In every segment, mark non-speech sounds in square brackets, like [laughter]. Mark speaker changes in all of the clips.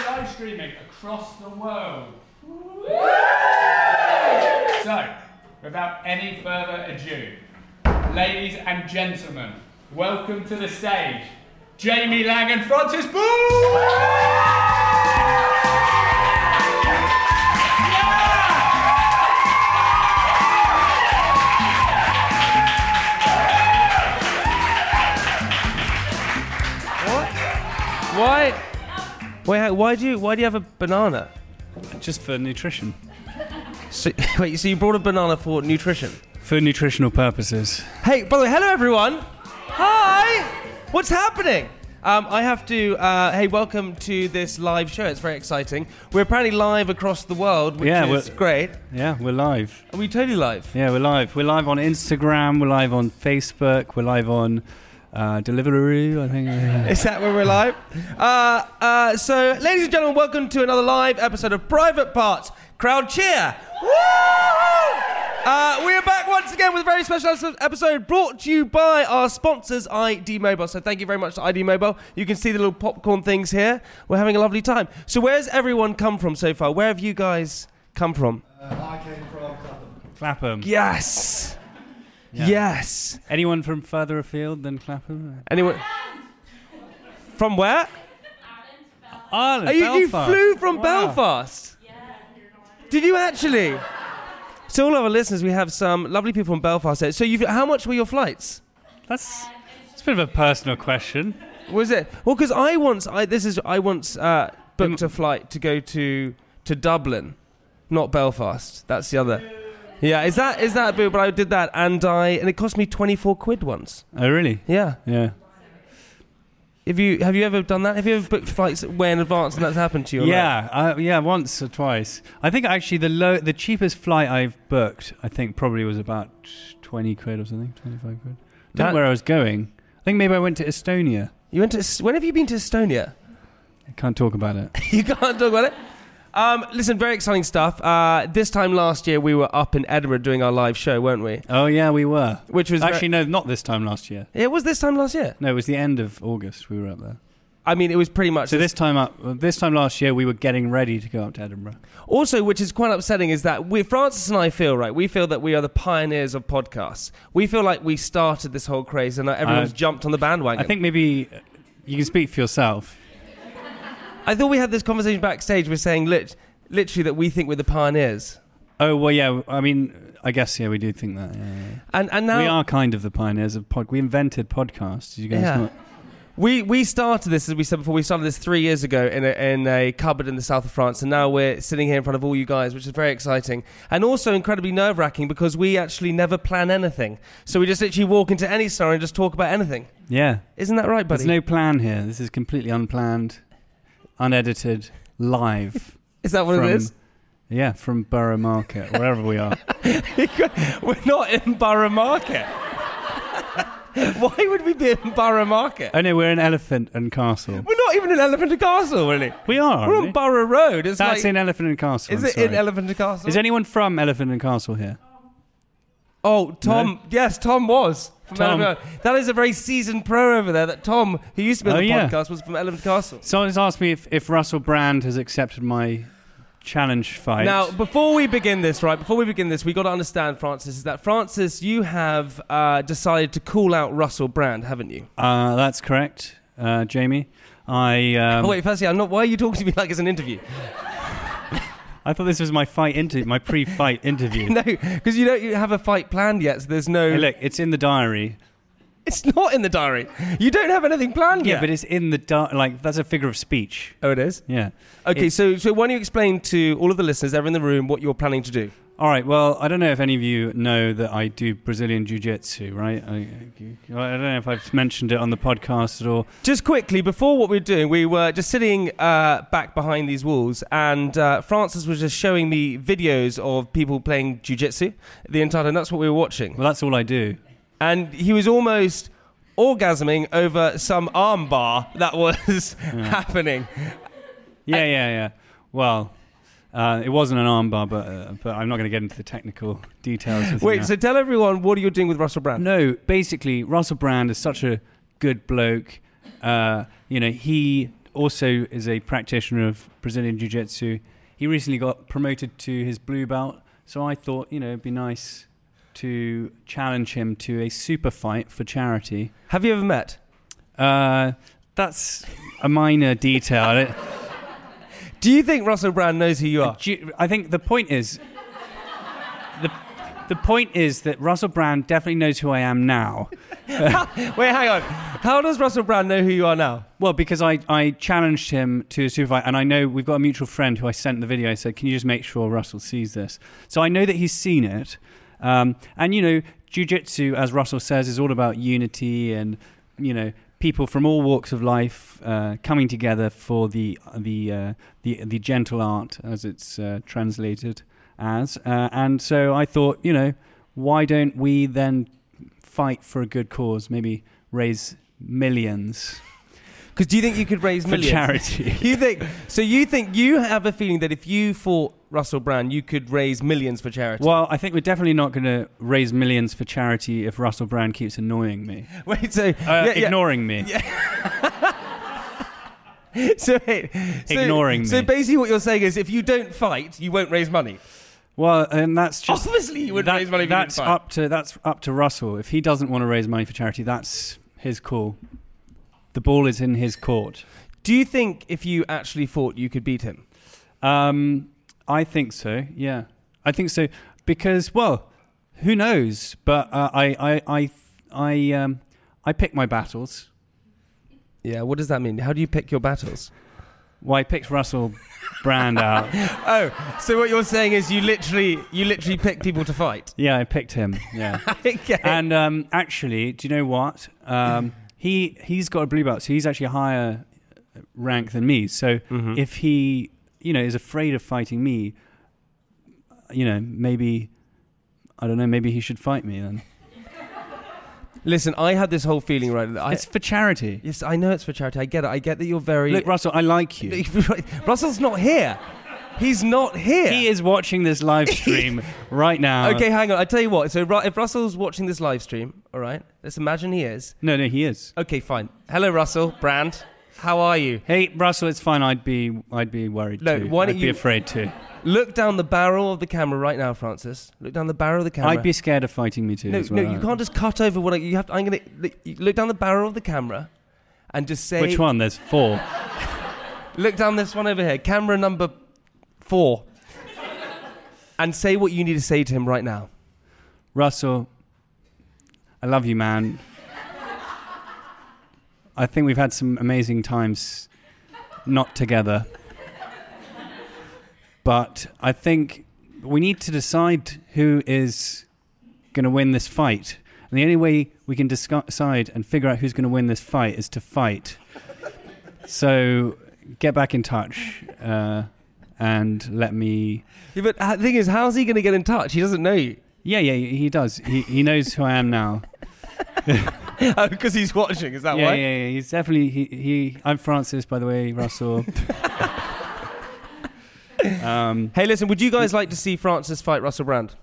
Speaker 1: Um, streaming across the world. So, without any further ado, ladies and gentlemen, welcome to the stage, Jamie Lang and Francis Booth!
Speaker 2: Why? Wait, hang- why do you why do you have a banana?
Speaker 3: Just for nutrition.
Speaker 2: So, [laughs] wait, so you brought a banana for nutrition?
Speaker 3: For nutritional purposes.
Speaker 2: Hey, by the way, hello everyone. Hi. What's happening? Um, I have to. Uh, hey, welcome to this live show. It's very exciting. We're apparently live across the world, which
Speaker 3: Yeah,
Speaker 2: is
Speaker 3: we're-
Speaker 2: great.
Speaker 3: Yeah, we're live.
Speaker 2: Are we totally live?
Speaker 3: Yeah, we're live. We're live on Instagram. We're live on Facebook. We're live on uh, Deliveroo. I think. yeah.
Speaker 2: Is that where we're live? Uh, uh, so, ladies and gentlemen, welcome to another live episode of Private Parts. Crowd cheer! Woo-hoo! Uh, we are back once again with a very special episode- episode brought to you by our sponsors, ID Mobile. So, thank you very much to ID Mobile. You can see the little popcorn things here. We're having a lovely time. So, where's everyone come from so far? Where have you guys come from?
Speaker 3: Clapham.
Speaker 2: Yes!
Speaker 3: Yeah.
Speaker 2: Yes!
Speaker 3: Anyone from further afield than Clapham?
Speaker 2: Anyone? From where?
Speaker 3: Ireland.
Speaker 2: Oh, you, you
Speaker 3: Ah, Belfast.
Speaker 2: flew from
Speaker 3: Wow.
Speaker 2: Belfast? Yeah. Did you actually? So all of our listeners, we have some lovely people from Belfast. There. So you, how much were your flights?
Speaker 3: That's. It's a bit of a personal question.
Speaker 2: Was it well? Because I once, I this is I once uh, booked a flight to go to to Dublin, not Belfast. That's the other. Yeah, is that is that boo? But I did that, and I and it cost me twenty four quid once.
Speaker 3: Oh, really?
Speaker 2: Yeah.
Speaker 3: Yeah.
Speaker 2: Have you have you ever done that? Have you ever booked flights way in advance and that's happened to you? or not?
Speaker 3: Yeah, uh, yeah, once or twice. I think actually the low, the cheapest flight I've booked, I think probably was about twenty quid or something, twenty five quid. Don't
Speaker 2: That-
Speaker 3: know where I was going. I think maybe I went to Estonia.
Speaker 2: You went to Es- when have you been to Estonia?
Speaker 3: I can't talk
Speaker 2: [laughs]
Speaker 3: about it.
Speaker 2: you can't talk about it. Um, listen, very exciting stuff. Uh, this time last year, we were up in Edinburgh doing our live show, weren't we?
Speaker 3: Oh yeah, we were.
Speaker 2: Which was very-
Speaker 3: Actually, no, not this time last year.
Speaker 2: it was this time last year.
Speaker 3: No, it was the end of August. We were up there.
Speaker 2: I mean, it was pretty much.
Speaker 3: So this time up, this time last year, we were getting ready to go up to Edinburgh.
Speaker 2: Also, which is quite upsetting, is that we, Francis and I feel right. We feel that we are the pioneers of podcasts. We feel like we started this whole craze, and now everyone's
Speaker 3: Uh,
Speaker 2: jumped on the bandwagon.
Speaker 3: I think maybe uh, you can speak for yourself.
Speaker 2: I thought we had this conversation backstage. We're saying lit- literally that we think we're the pioneers,
Speaker 3: Oh well, yeah. I mean, I guess yeah, we do think that. yeah, yeah.
Speaker 2: and and now
Speaker 3: we are kind of the pioneers of pod. We invented podcasts. Did you guys?
Speaker 2: Yeah.
Speaker 3: Not-
Speaker 2: We we started this as we said before. We started this three years ago in a, in a cupboard in the south of France, and now we're sitting here in front of all you guys, which is very exciting and also incredibly nerve wracking because we actually never plan anything. So we just literally walk into any store and just talk about anything.
Speaker 3: yeah.
Speaker 2: Isn't that right, buddy?
Speaker 3: There's no plan here. This is completely unplanned, unedited, live.
Speaker 2: is that [laughs] what
Speaker 3: from,
Speaker 2: it is?
Speaker 3: Yeah, from Borough Market, wherever we
Speaker 2: [laughs]
Speaker 3: are.
Speaker 2: we're not in Borough Market. [laughs] Why would we be in Borough Market?
Speaker 3: Oh no, we're in Elephant and Castle.
Speaker 2: We're not even in Elephant and Castle, really.
Speaker 3: We are. aren't
Speaker 2: We're
Speaker 3: we?
Speaker 2: on Borough Road. It's
Speaker 3: That's
Speaker 2: like,
Speaker 3: in Elephant and Castle.
Speaker 2: is
Speaker 3: I'm
Speaker 2: it in
Speaker 3: sorry.
Speaker 2: Elephant and Castle?
Speaker 3: Is anyone from Elephant and Castle here?
Speaker 2: Oh, Tom. Yes, Tom was. From
Speaker 3: Tom.
Speaker 2: Elephant Castle. That is a very seasoned pro over there. That Tom, who used to be on
Speaker 3: Oh,
Speaker 2: the
Speaker 3: yeah.
Speaker 2: podcast, was from Elephant Castle.
Speaker 3: Someone's asked me if, if Russell Brand has accepted my challenge fight.
Speaker 2: Now, before we begin this, right, before we begin this, we got to understand, Francis, is that, Francis, you have uh, decided to call out Russell Brand, haven't you?
Speaker 3: uh, that's correct, uh, Jamie. I um,
Speaker 2: oh, [laughs] wait, firstly, I'm not. Why are you talking to me [laughs] like it's an interview?
Speaker 3: I thought this was my fight interview, my pre-fight interview.
Speaker 2: no, because you don't you have a fight planned yet, so there's no.
Speaker 3: Hey, look, it's in the diary.
Speaker 2: It's not in the diary. You don't have anything planned
Speaker 3: Yeah,
Speaker 2: yet.
Speaker 3: but it's in the di- like that's a figure of speech.
Speaker 2: oh, it is?
Speaker 3: Yeah.
Speaker 2: Okay,
Speaker 3: It-
Speaker 2: so, so why don't you explain to all of the listeners, they're in the room, what you're planning to do?
Speaker 3: All right. Well, I don't know if any of you know that I do Brazilian jiu-jitsu, right? I, I don't know if I've mentioned it on the podcast at all.
Speaker 2: Just quickly, before what we were doing, we were just sitting uh, back behind these walls, and uh, Francis was just showing me videos of people playing jujitsu the entire time. That's what we were watching.
Speaker 3: Well, that's all I do.
Speaker 2: And he was almost orgasming over some armbar that was [laughs] happening.
Speaker 3: Yeah, yeah, yeah. Well, uh, it wasn't an armbar, but uh, but I'm not going to get into the technical details. with you
Speaker 2: Wait,
Speaker 3: now.
Speaker 2: so tell everyone what are you doing with Russell Brand?
Speaker 3: no, basically, Russell Brand is such a good bloke. Uh, you know, he also is a practitioner of Brazilian Jiu Jitsu. He recently got promoted to his blue belt, so I thought, you know, it'd be nice to challenge him to a super fight for charity.
Speaker 2: Have you ever met?
Speaker 3: Uh, that's a minor detail. I-
Speaker 2: Do you think Russell Brand knows who
Speaker 3: [laughs]
Speaker 2: you are?
Speaker 3: Do you- I think the point is, the, the point is that Russell Brand definitely knows who I am now.
Speaker 2: Wait, hang on. How does Russell Brand know who you are now?
Speaker 3: Well, because I, I challenged him to a super fight, and I know we've got a mutual friend who I sent the video. I said, "Can you just make sure Russell sees this?" So I know that he's seen it, um, and you know, jujitsu, as Russell says, is all about unity and you know people from all walks of life uh, coming together for the the uh, the the gentle art, as it's uh, translated as. Uh, and so I thought, you know, why don't we then fight for a good cause? Maybe raise millions
Speaker 2: Because do you think you could raise
Speaker 3: for
Speaker 2: millions?
Speaker 3: charity.
Speaker 2: You think so? You think you have a feeling that if you fought Russell Brand, you could raise millions for charity?
Speaker 3: [laughs] Well, I think we're definitely not going to raise millions for charity if Russell Brand keeps annoying me,
Speaker 2: [laughs] Wait, so
Speaker 3: uh,
Speaker 2: yeah, yeah.
Speaker 3: ignoring me.
Speaker 2: [laughs] so, wait, so-
Speaker 3: Ignoring
Speaker 2: So
Speaker 3: me.
Speaker 2: basically, what you're saying is, if you don't fight, you won't raise money.
Speaker 3: Well, and that's
Speaker 2: [laughs]
Speaker 3: just
Speaker 2: Obviously, you Oh, wouldn't
Speaker 3: that-
Speaker 2: raise money if you
Speaker 3: that's
Speaker 2: didn't fight.
Speaker 3: up to that's up to Russell. If he doesn't want to raise money for charity, that's his call. The ball is in his court.
Speaker 2: Do you think if you actually fought, you could beat him?
Speaker 3: Um, I think so. Yeah, I think so because well, who knows? But uh, I I I I um, I pick my battles.
Speaker 2: Yeah. What does that mean? How do you pick your battles?
Speaker 3: Well, I picked Russell
Speaker 2: [laughs]
Speaker 3: Brand out.
Speaker 2: Oh, so what you're saying is you literally, you literally pick people to [laughs] fight. Uh,
Speaker 3: Yeah, I picked him.
Speaker 2: [laughs]
Speaker 3: Yeah.
Speaker 2: okay.
Speaker 3: and um, actually, do you know what? Um, he he's got a blue belt, so he's actually a higher rank than me. So
Speaker 2: Mhm.
Speaker 3: if he, you know, is afraid of fighting me, you know, maybe I don't know. Maybe he should fight me then.
Speaker 2: Listen, I had this whole feeling right. That I,
Speaker 3: it's for charity.
Speaker 2: yes, I know it's for charity. I get it. I get that you're very.
Speaker 3: Look, Russell, I
Speaker 2: [laughs]
Speaker 3: like you.
Speaker 2: Russell's not here. He's not here.
Speaker 3: He is watching this
Speaker 2: [laughs]
Speaker 3: live stream right now.
Speaker 2: Okay, hang on. I tell you what. So Ru- if Russell's watching this live stream, all right, let's imagine he is.
Speaker 3: No, no, he is.
Speaker 2: Okay, fine. Hello, Russell Brand. How are you?
Speaker 3: Hey, Russell, it's fine. I'd be, I'd be worried
Speaker 2: No,
Speaker 3: too.
Speaker 2: why don't
Speaker 3: I'd be
Speaker 2: you-
Speaker 3: afraid too.
Speaker 2: Look down the barrel of the camera right now, Francis. Look down the barrel of the camera.
Speaker 3: I'd be scared of fighting me too.
Speaker 2: no,
Speaker 3: as well.
Speaker 2: no. You can't just cut over what I, you have. To, I'm gonna look- you look down the barrel of the camera, and just say.
Speaker 3: Which one? There's four.
Speaker 2: Look down this one over here. Camera number four. And say what you need to say to him right now.
Speaker 3: Russell, I love you, man. I think we've had some amazing times not together. But I think we need to decide who is going to win this fight. And the only way we can discu- decide and figure out who's going to win this fight is to fight. So get back in touch uh, and let me
Speaker 2: Yeah, but uh, the thing is, how's he going to get in touch? He doesn't know you.
Speaker 3: Yeah, yeah, he does. He he knows who I am now.
Speaker 2: [laughs] Because he's watching, is that
Speaker 3: yeah,
Speaker 2: why?
Speaker 3: yeah, yeah. He's definitely he, he. I'm Francis, by the
Speaker 2: [laughs]
Speaker 3: way, Russell. um,
Speaker 2: Hey, listen, would you guys like to see Francis fight Russell Brand?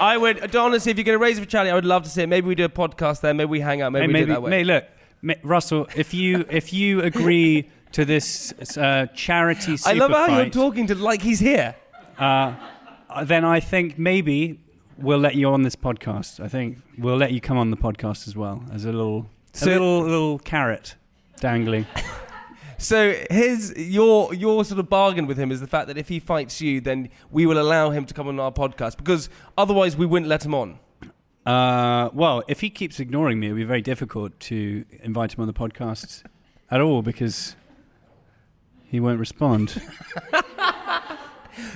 Speaker 2: I would, honestly, if you're going to raise it for charity, I would love to see it. Maybe we do a podcast there. Maybe we hang out. Maybe
Speaker 3: hey,
Speaker 2: we do
Speaker 3: maybe,
Speaker 2: it that way.
Speaker 3: may- look, ma- Russell, if you if you agree to this uh, charity super
Speaker 2: I love how
Speaker 3: fight,
Speaker 2: you're talking to like he's here.
Speaker 3: uh, then I think maybe we'll let you on this podcast. I think we'll let you come on the podcast as well as a little
Speaker 2: So-
Speaker 3: a little little carrot dangling.
Speaker 2: So his your your sort of bargain with him is the fact that if he fights you, then we will allow him to come on our podcast because otherwise we wouldn't let him on.
Speaker 3: Uh, well, if he keeps ignoring me, it'll be very difficult to invite him on the podcast at all because he
Speaker 2: [laughs]
Speaker 3: won't respond.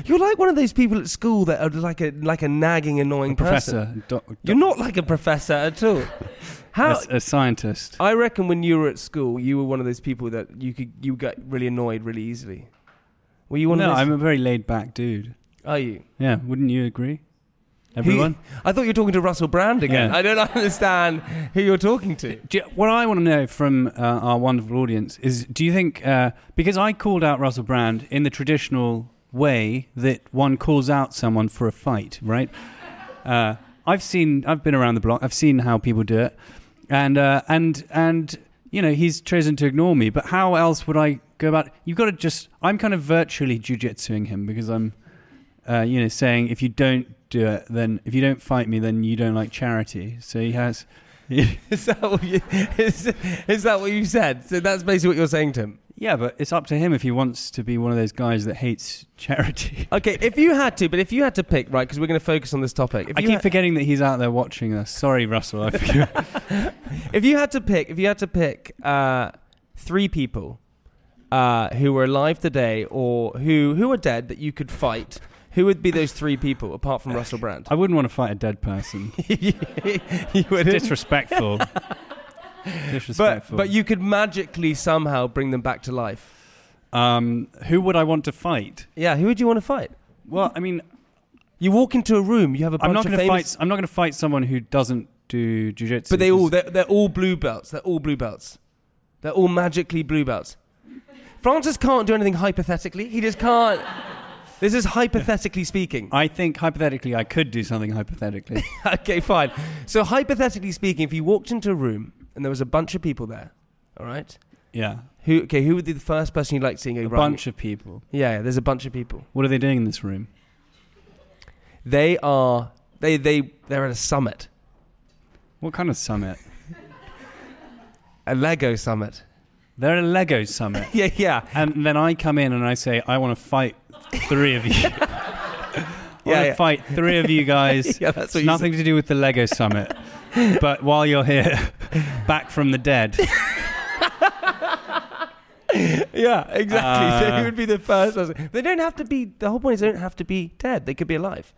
Speaker 2: You're like one of those people at school that are like a like a nagging, annoying person.
Speaker 3: Professor, doc, doc-
Speaker 2: You're not like a professor at all. How?
Speaker 3: a, a scientist.
Speaker 2: I reckon when you were at school, you were one of those people that you could you got really annoyed really easily. Were you one
Speaker 3: no,
Speaker 2: of those?
Speaker 3: I'm a very laid back dude.
Speaker 2: Are you?
Speaker 3: Yeah, wouldn't you agree?
Speaker 2: Who-
Speaker 3: Everyone?
Speaker 2: I thought you were talking to Russell Brand again.
Speaker 3: Yeah.
Speaker 2: I don't [laughs] understand who you're talking to.
Speaker 3: Do you- what I want to know from uh, our wonderful audience is do you think, uh, because I called out Russell Brand in the traditional way that one calls out someone for a fight, right? Uh, I've seen, I've been around the block, I've seen how people do it. And, uh, and, and you know, he's chosen to ignore me. But how else would I go about? You've got to just. I'm kind of virtually jujitsuing him because I'm, uh, you know, saying if you don't do it, then if you don't fight me, then you don't like charity. So he has.
Speaker 2: [laughs]
Speaker 3: [laughs]
Speaker 2: Is that what you, is, is that what you said? So that's basically what you're saying to him.
Speaker 3: Yeah, but it's up to him if he wants to be one of those guys that hates [laughs] charity.
Speaker 2: Okay, if you had to, but if you had to pick, right? Because we're going to focus on this topic. If
Speaker 3: I
Speaker 2: you
Speaker 3: keep
Speaker 2: had-
Speaker 3: forgetting that he's out there watching us. Sorry, Russell. I forget.
Speaker 2: [laughs] If you had to pick, if you had to pick uh, three people uh, who were alive today or who who are dead that you could fight, who would be those three people apart from Russell
Speaker 3: [laughs]
Speaker 2: Brand?
Speaker 3: I wouldn't want to fight a
Speaker 2: [laughs]
Speaker 3: dead person.
Speaker 2: you wouldn't.
Speaker 3: [laughs] Disrespectful.
Speaker 2: But
Speaker 3: Disrespectful.
Speaker 2: but you could magically somehow bring them back to life.
Speaker 3: um, who would I want to fight?
Speaker 2: Yeah, who would you want to fight?
Speaker 3: Well, I mean,
Speaker 2: You walk into a room, you have a bunch
Speaker 3: I'm not
Speaker 2: of
Speaker 3: going to
Speaker 2: famous.
Speaker 3: fight. I'm not going to fight someone who doesn't do jujitsu.
Speaker 2: but they all
Speaker 3: 'cause-
Speaker 2: they're, they're all blue belts. They're all blue belts. They're all magically blue belts. Francis can't do anything hypothetically. He just can't. This is hypothetically speaking.
Speaker 3: I think hypothetically, I could do something
Speaker 2: [laughs]
Speaker 3: hypothetically.
Speaker 2: okay, fine. So hypothetically speaking, if you walked into a room and there was a bunch of people there, all right,
Speaker 3: yeah,
Speaker 2: who okay, who would be the first person you'd like to see?
Speaker 3: a
Speaker 2: A
Speaker 3: bunch of people.
Speaker 2: Yeah, yeah, there's a bunch of people.
Speaker 3: What are they doing in this room?
Speaker 2: They are they they they're at a summit,
Speaker 3: What kind of summit?
Speaker 2: a Lego summit. [laughs]
Speaker 3: They're at a Lego summit,
Speaker 2: Yeah, yeah,
Speaker 3: and then I come in and I say, I want to fight three
Speaker 2: [laughs]
Speaker 3: of you. [laughs] I want
Speaker 2: Yeah,
Speaker 3: to
Speaker 2: yeah.
Speaker 3: fight three of you guys.
Speaker 2: [laughs] yeah. That's
Speaker 3: It's
Speaker 2: what you
Speaker 3: nothing to do with the Lego Summit. but while you're here, [laughs] back from the dead,
Speaker 2: said. Yeah, exactly. so
Speaker 3: Uh,
Speaker 2: who would be the first person? They don't have to be. The whole point is they don't have to be dead. They could be alive.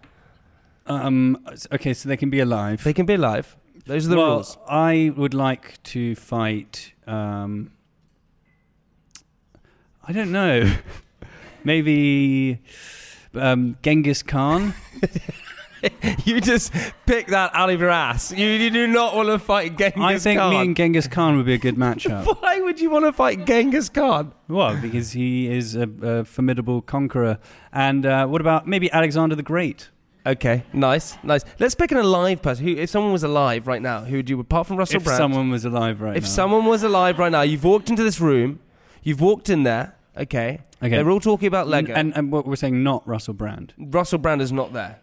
Speaker 3: um, okay, so they can be alive.
Speaker 2: They can be alive. Those are the
Speaker 3: well,
Speaker 2: rules. [laughs]
Speaker 3: I would like to fight. Um, I don't know. [laughs] Maybe um, Genghis Khan.
Speaker 2: You just pick that out of your ass. You, you do not want to fight [laughs] Genghis
Speaker 3: I think
Speaker 2: Khan.
Speaker 3: me and Genghis Khan would be
Speaker 2: [laughs]
Speaker 3: a good matchup.
Speaker 2: Why would you want to fight Genghis Khan?
Speaker 3: well, because he is a, a formidable conqueror. And uh, what about maybe Alexander the Great?
Speaker 2: Okay, nice, nice. Let's pick an alive person. Who, if someone was alive right now, who would you, apart from Russell
Speaker 3: if
Speaker 2: Brand,
Speaker 3: someone was alive right
Speaker 2: if
Speaker 3: now.
Speaker 2: someone was alive right now, you've walked into this room, you've walked in there. Okay,
Speaker 3: Okay.
Speaker 2: they're all talking about Lego.
Speaker 3: And, and what we're saying, not Russell Brand.
Speaker 2: Russell Brand is not there,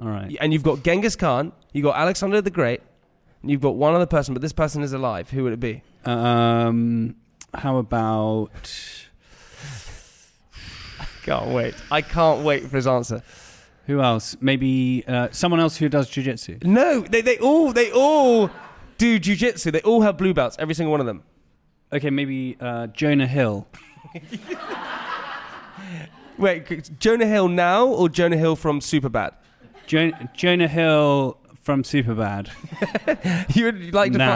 Speaker 3: All right.
Speaker 2: and you've got Genghis Khan, you've got Alexander the Great, and you've got one other person, but this person is alive. Who would it be?
Speaker 3: Um, how about
Speaker 2: Can't wait. I can't wait for his answer.
Speaker 3: who else? Maybe uh, someone else who does jujitsu.
Speaker 2: No, they, they all they all do jujitsu. They all have blue belts, every single one of them.
Speaker 3: Okay, maybe uh, Jonah Hill.
Speaker 2: Wait, c- Jonah Hill now or Jonah Hill from Superbad?
Speaker 3: Jo- Jonah Hill from Superbad.
Speaker 2: [laughs] You would like to fi-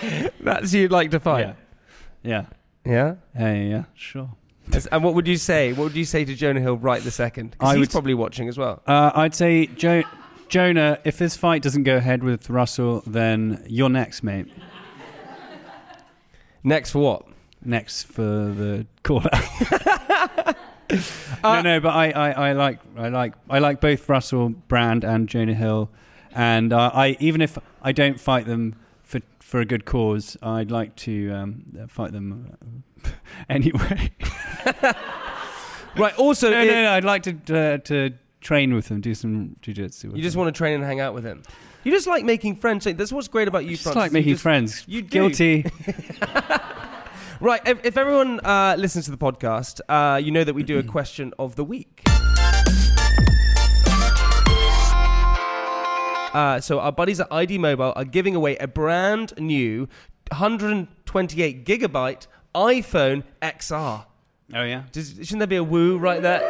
Speaker 3: now,
Speaker 2: That's who you'd like to
Speaker 3: yeah,
Speaker 2: fight.
Speaker 3: [laughs] yeah,
Speaker 2: Yeah.
Speaker 3: hey, yeah, sure.
Speaker 2: As- And what would you say? What would you say to Jonah Hill right the second?
Speaker 3: I
Speaker 2: Because he's
Speaker 3: would-
Speaker 2: probably watching as well.
Speaker 3: Uh, I'd say jo- Jonah. If this fight doesn't go ahead with Russell, then you're next, mate.
Speaker 2: Next for what?
Speaker 3: Next for the [laughs] call out.
Speaker 2: Uh,
Speaker 3: no, no, but I, I, I like, I like, I like both Russell Brand and Jonah Hill, and uh, I even if I don't fight them for for a good cause, I'd like to um, fight them uh, [laughs] anyway.
Speaker 2: Right. Also,
Speaker 3: no,
Speaker 2: it-
Speaker 3: no, no, I'd like to uh, to train with them, do some jujitsu. with
Speaker 2: you just
Speaker 3: them.
Speaker 2: want to train and hang out with him. You just like making friends. That's what's great about you,
Speaker 3: Just
Speaker 2: Francis.
Speaker 3: like making
Speaker 2: you just-
Speaker 3: friends.
Speaker 2: you do. [laughs]
Speaker 3: Guilty.
Speaker 2: Right. If, if everyone uh, listens to the podcast, uh, you know that we do a question of the week. Uh, so our buddies at ID Mobile are giving away a brand new 128 gigabyte iPhone XR.
Speaker 3: oh yeah.
Speaker 2: Does, shouldn't there be a woo right there?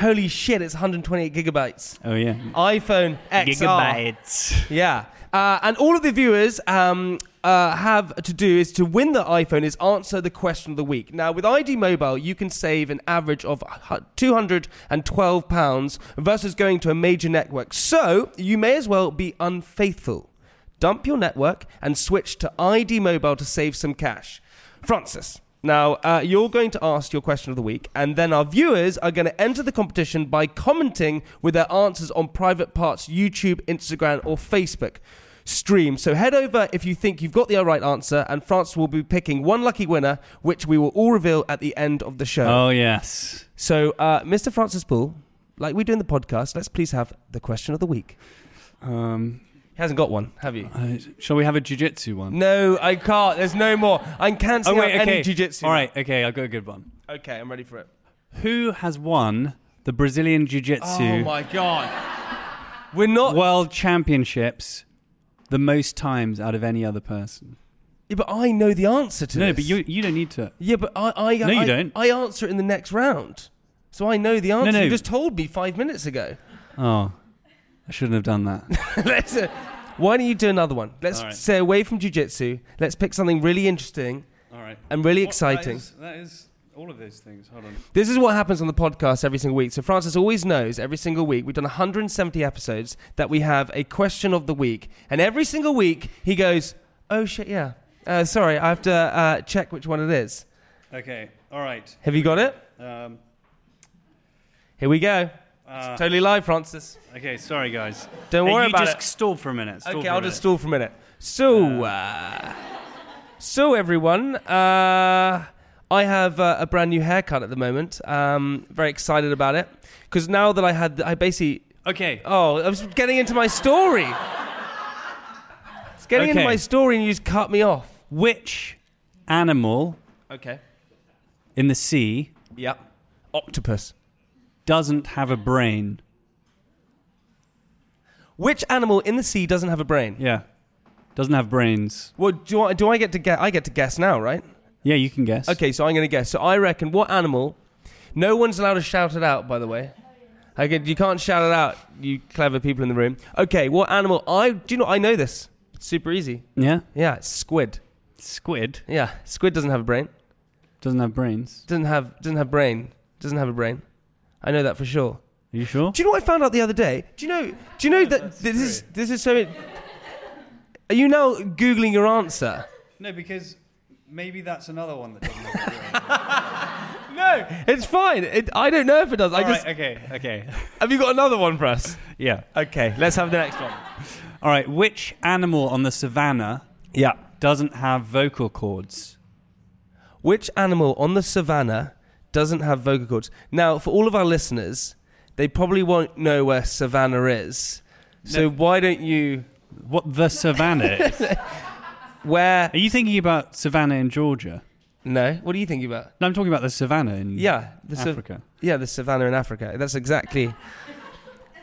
Speaker 2: Holy shit! It's 128 gigabytes.
Speaker 3: Oh yeah.
Speaker 2: iPhone XR. Yeah. Uh, and all of the viewers um, uh, have to do is to win the iPhone is answer the question of the week. Now, with ID Mobile, you can save an average of hu- £212 versus going to a major network. So you may as well be unfaithful. Dump your network and switch to ID Mobile to save some cash. Francis. Now, uh, you're going to ask your question of the week, and then our viewers are going to enter the competition by commenting with their answers on Private Parts YouTube, Instagram, or Facebook. stream. So head over if you think you've got the right answer, and France will be picking one lucky winner, which we will all reveal at the end of the show.
Speaker 3: Oh yes.
Speaker 2: So, uh, Mr. Francis Poole, like we do in the podcast, let's please have the question of the week.
Speaker 3: Um,
Speaker 2: He hasn't got one, have you?
Speaker 3: uh, shall we have a jujitsu one? Oh,
Speaker 2: No, I can't. There's no more. I'm cancelling out any jiu-jitsu.
Speaker 3: All right, okay, I've got a good one.
Speaker 2: Okay, I'm ready for it.
Speaker 3: Who has won the Brazilian
Speaker 2: Oh
Speaker 3: jiu-jitsu
Speaker 2: my god. We're not.
Speaker 3: World Championships the most times out of any other person?
Speaker 2: Yeah, but I know the answer to
Speaker 3: No,
Speaker 2: this.
Speaker 3: but you you don't need to.
Speaker 2: Yeah, but I. I
Speaker 3: No, you
Speaker 2: I,
Speaker 3: don't.
Speaker 2: I answer it in the next round. So I know the answer.
Speaker 3: no.
Speaker 2: You just told me five minutes ago. [laughs]
Speaker 3: Oh, I shouldn't have done [laughs] that.
Speaker 2: Let's. Uh, why don't you do another one? Let's
Speaker 3: All right.
Speaker 2: stay away from jujitsu. Let's pick something really interesting
Speaker 3: All right.
Speaker 2: and really exciting.
Speaker 3: that is all of those things. Hold on.
Speaker 2: This is what happens on the podcast every single week. So Francis always knows every single week. We've done 170 episodes that we have a question of the week, and every single week he goes, "Oh shit, yeah, uh, sorry, I have to uh, check which one it is."
Speaker 3: Okay. All right.
Speaker 2: Have you got it?
Speaker 3: Um,
Speaker 2: Here we go.
Speaker 3: uh,
Speaker 2: Totally live, Francis.
Speaker 3: okay. Sorry, guys.
Speaker 2: Don't
Speaker 3: Hey,
Speaker 2: worry
Speaker 3: you
Speaker 2: about
Speaker 3: just
Speaker 2: it.
Speaker 3: stall for a minute. stall
Speaker 2: Okay,
Speaker 3: for a
Speaker 2: I'll just stall
Speaker 3: minute.
Speaker 2: for a minute. So, uh, so everyone, uh, I have uh, a brand new haircut at the moment. Um, very excited about it because now that I had, I basically
Speaker 3: Okay.
Speaker 2: Oh, I was getting into my story. It's getting into
Speaker 3: Okay.
Speaker 2: my story, and you just cut me off.
Speaker 3: Which animal
Speaker 2: Okay.
Speaker 3: in the sea
Speaker 2: Yep. Octopus.
Speaker 3: doesn't have a brain?
Speaker 2: Which animal in the sea doesn't have a brain?
Speaker 3: Yeah. Doesn't have brains.
Speaker 2: Well, do I, do I get to guess? I get to guess now, right?
Speaker 3: Yeah, you can guess.
Speaker 2: Okay, so I'm going to guess. So I reckon what animal? No one's allowed to shout it out, by the way. Okay, you can't shout it out, you clever people in the room. Okay, what animal? I do you know? I know this. Super easy.
Speaker 3: Yeah.
Speaker 2: Yeah, it's squid.
Speaker 3: Squid
Speaker 2: Yeah, squid doesn't have a brain.
Speaker 3: doesn't have brains.
Speaker 2: Doesn't have doesn't have brain. Doesn't have a brain. I know that for sure.
Speaker 3: Are you sure?
Speaker 2: Do you know what I found out the other day? Do you know? Do you know that this is this is so? Are you now googling your answer?
Speaker 3: No, because maybe that's another one that doesn't have [laughs]
Speaker 2: No, it's fine. It, I don't know if it does. I just
Speaker 3: okay, okay.
Speaker 2: have you got another one for us?
Speaker 3: [laughs] Yeah.
Speaker 2: Okay, let's have the next one.
Speaker 3: All right, which animal on the savannah
Speaker 2: Yeah.
Speaker 3: doesn't have vocal cords?
Speaker 2: Which animal on the savannah doesn't have vocal cords? Now, for all of our listeners, they probably won't know where savannah is. So why don't you
Speaker 3: What the [laughs] savannah is?
Speaker 2: where?
Speaker 3: Are you thinking about savannah in Georgia?
Speaker 2: No, what are you thinking about?
Speaker 3: No, I'm talking about the savannah in
Speaker 2: Yeah, the sav-
Speaker 3: Africa.
Speaker 2: yeah, the savannah in Africa. That's exactly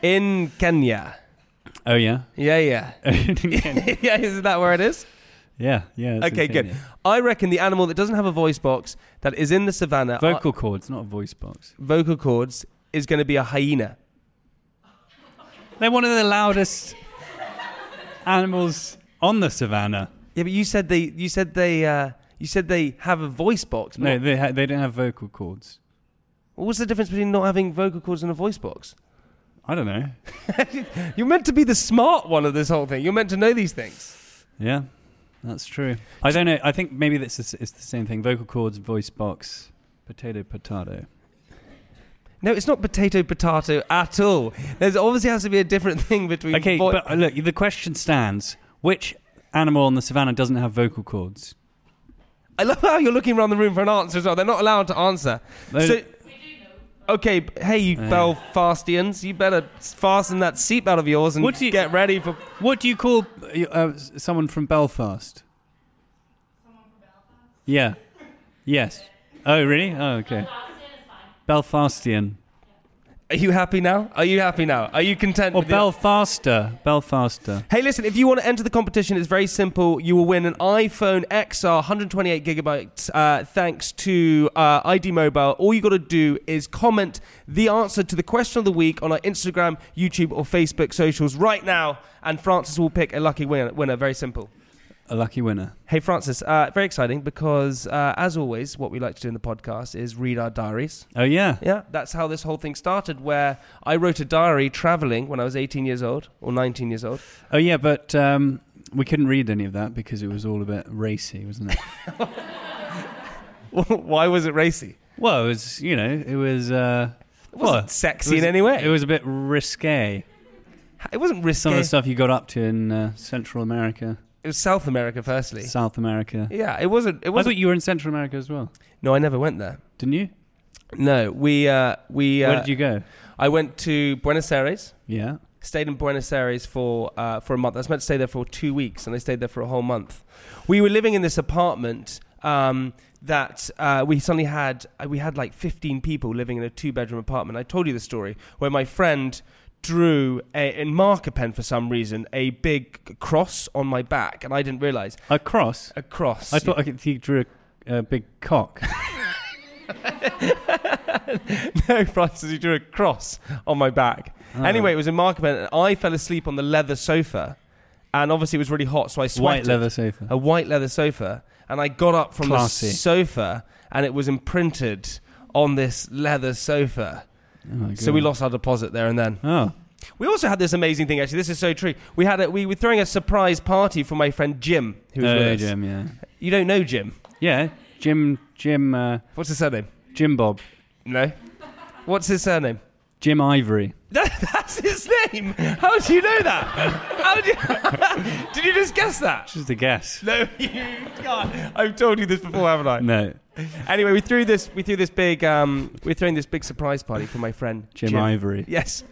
Speaker 2: in Kenya.
Speaker 3: oh yeah. [laughs] Oh,
Speaker 2: Yeah, yeah. [laughs] yeah, isn't that where it is?
Speaker 3: yeah, yeah. it's in
Speaker 2: Okay, good.
Speaker 3: Kenya.
Speaker 2: I reckon the animal that doesn't have a voice box that is in the savannah,
Speaker 3: Vocal cords, not a voice box.
Speaker 2: vocal cords, is going to be a hyena.
Speaker 3: They're one of the loudest animals on the savannah.
Speaker 2: Yeah, but you said they, you said they, uh, you said they have a voice box.
Speaker 3: No,
Speaker 2: What-
Speaker 3: they ha- they don't have vocal cords.
Speaker 2: What's the difference between not having vocal cords and a voice box?
Speaker 3: I don't know.
Speaker 2: You're meant to be the smart one of this whole thing. You're meant to know these things.
Speaker 3: Yeah, that's true. I don't know. I think maybe that's the s- it's the same thing. Vocal cords, voice box, potato, potato.
Speaker 2: No, it's not potato potato at all. There's obviously has to be a different thing between.
Speaker 3: Okay,
Speaker 2: vo-
Speaker 3: but uh, look, the question stands: Which animal on the savannah doesn't have vocal cords?
Speaker 2: I love how you're looking around the room for an answer as well. They're not allowed to answer.
Speaker 3: They-
Speaker 2: so, okay, b- hey, you
Speaker 3: Yeah.
Speaker 2: Belfastians, you better s- fasten that seatbelt of yours and
Speaker 3: What do you-
Speaker 2: get ready for.
Speaker 3: What do you call uh, uh, s- someone from Belfast? Yeah. Yes. Oh, really? Oh, okay. Belfastian.
Speaker 2: Are you happy now? Are you happy now? Are you content?
Speaker 3: Or
Speaker 2: with the-
Speaker 3: Belfaster. Belfaster.
Speaker 2: Hey, listen, if you want to enter the competition, it's very simple. You will win an iPhone XR 128 gigabytes uh, thanks to uh, ID Mobile. All you got to do is comment the answer to the question of the week on our Instagram, YouTube, or Facebook socials right now, and Francis will pick a lucky winner. winner. Very simple.
Speaker 3: A lucky winner.
Speaker 2: Hey, Francis, uh, very exciting because, uh, as always, what we like to do in the podcast is read our diaries.
Speaker 3: Oh, yeah.
Speaker 2: Yeah, that's how this whole thing started, where I wrote a diary traveling when I was 18 years old or 19 years old. [laughs]
Speaker 3: Oh, yeah, but um, we couldn't read any of that because it was all a bit racy, wasn't [laughs] it?
Speaker 2: Why was it racy?
Speaker 3: well, it was, you know, it was. Uh,
Speaker 2: It wasn't
Speaker 3: well,
Speaker 2: sexy
Speaker 3: it was-
Speaker 2: in any way.
Speaker 3: It was a bit risque.
Speaker 2: It wasn't risky.
Speaker 3: Some of the stuff you got up to in uh, Central America,
Speaker 2: It was South America, firstly.
Speaker 3: South America.
Speaker 2: Yeah, it wasn't. It
Speaker 3: I
Speaker 2: wasn't.
Speaker 3: thought you were in Central America as well,
Speaker 2: no, I never went there.
Speaker 3: didn't you?
Speaker 2: No, we uh, we. Uh,
Speaker 3: Where did you go?
Speaker 2: I went to Buenos Aires.
Speaker 3: Yeah.
Speaker 2: Stayed in Buenos Aires for uh, for a month. I was meant to stay there for two weeks, and I stayed there for a whole month. We were living in this apartment um, that uh, we suddenly had. uh, We had like fifteen people living in a two bedroom apartment. I told you the story where my friend drew a, in marker pen for some reason a big cross on my back, and I didn't realize
Speaker 3: A cross.
Speaker 2: a cross.
Speaker 3: I thought I could, he drew a, a big cock.
Speaker 2: [laughs] no, Francis, you drew a cross on my back.
Speaker 3: Oh.
Speaker 2: Anyway, it was in marker pen, and I fell asleep on the leather sofa, and obviously it was really hot, so I sweated.
Speaker 3: White leather sofa.
Speaker 2: A white leather sofa, and I got up from
Speaker 3: Classy.
Speaker 2: the sofa, and it was imprinted on this leather sofa.
Speaker 3: Oh my
Speaker 2: So we
Speaker 3: God.
Speaker 2: lost our deposit there and then.
Speaker 3: Oh,
Speaker 2: We also had this amazing thing. Actually, this is so true. We had a, we were throwing a surprise party for my friend Jim, who was
Speaker 3: oh
Speaker 2: with us.
Speaker 3: Jim, yeah,
Speaker 2: You don't know Jim.
Speaker 3: yeah. Jim, Jim, uh,
Speaker 2: What's his surname?
Speaker 3: Jim Bob,
Speaker 2: No. What's his surname?
Speaker 3: Jim Ivory.
Speaker 2: That, that's his name. How do you know that? How do you, [laughs] did you just guess that?
Speaker 3: Just a guess.
Speaker 2: No, [laughs] you can't. I've told you this before, haven't I?
Speaker 3: No,
Speaker 2: Anyway, we threw this. We threw this big. Um, we're throwing this big surprise party for my friend
Speaker 3: Jim, Ivory.
Speaker 2: Yes,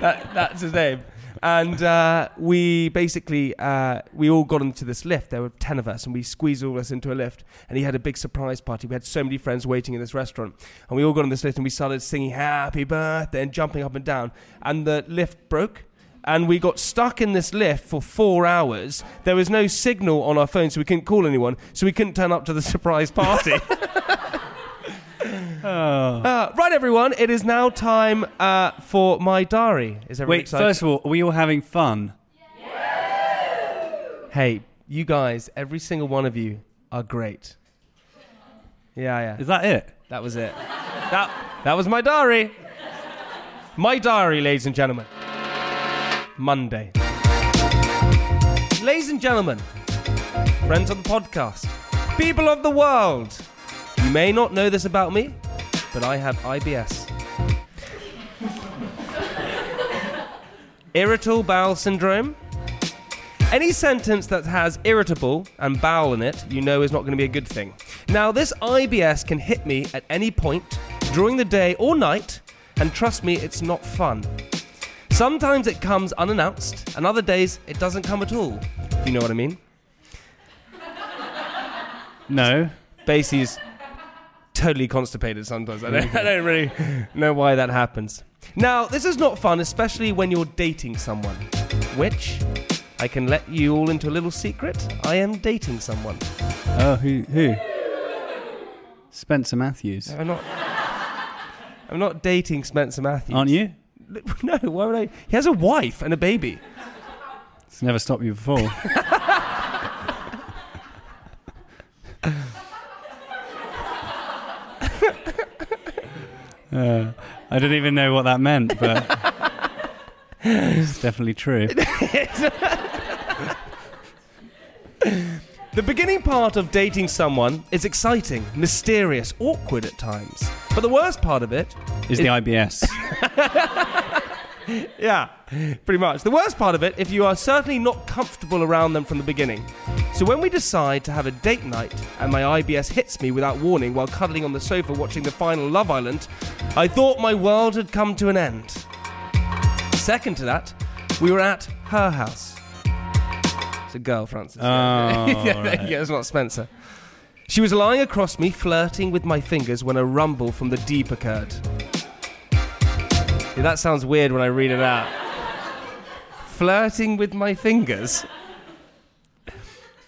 Speaker 2: that, that's his name. And uh, we basically uh, we all got into this lift. There were ten of us, and we squeezed all of us into a lift. And he had a big surprise party. We had so many friends waiting in this restaurant, and we all got on this lift and we started singing "Happy Birthday" and jumping up and down. And the lift broke. And we got stuck in this lift for four hours. There was no signal on our phone, so we couldn't call anyone. So we couldn't turn up to the [laughs] surprise party.
Speaker 3: Oh.
Speaker 2: uh, right, everyone, it is now time uh, for my diary. Is everyone
Speaker 3: Wait,
Speaker 2: excited?
Speaker 3: first of all, are we all having fun?
Speaker 2: Hey, you guys, every single one of you are great. Yeah, yeah.
Speaker 3: Is that it?
Speaker 2: That was it. That, that was my diary. My diary, ladies and gentlemen. Monday. Ladies and gentlemen, friends of the podcast, people of the world, you may not know this about me, but I have IBS. Irritable bowel syndrome. Any sentence that has irritable and bowel in it, you know is not going to be a good thing. Now, this IBS can hit me at any point during the day or night, and trust me, it's not fun. Sometimes it comes unannounced, and other days it doesn't come at all. If you know what I mean.
Speaker 3: No.
Speaker 2: Basie's totally constipated sometimes. I
Speaker 3: [laughs]
Speaker 2: don't, [laughs] I don't really know why that happens. Now, this is not fun, especially when you're dating someone, which I can let you all into a little secret. I am dating someone.
Speaker 3: Oh, who? Who? Spencer Matthews.
Speaker 2: I'm not. [laughs] I'm not dating Spencer Matthews.
Speaker 3: Aren't you?
Speaker 2: [laughs] No, why would I? He has a wife and a baby.
Speaker 3: It's never stopped you before. Uh, I don't even know what that meant, but it's definitely true.
Speaker 2: The beginning part of dating someone is exciting, mysterious, awkward at times. But the worst part of it
Speaker 3: Is the IBS?
Speaker 2: [laughs] Yeah, pretty much. The worst part of it, if you are certainly not comfortable around them from the beginning. So when we decide to have a date night and my IBS hits me without warning while cuddling on the sofa watching the final Love Island, I thought my world had come to an end. Second to that, we were at her house. It's a girl, Francis.
Speaker 3: Oh,
Speaker 2: [laughs] yeah,
Speaker 3: right.
Speaker 2: yeah, it's not Spencer. She was lying across me, flirting with my fingers when a rumble from the deep occurred. Yeah, that sounds weird when I read it out. Flirting with my fingers.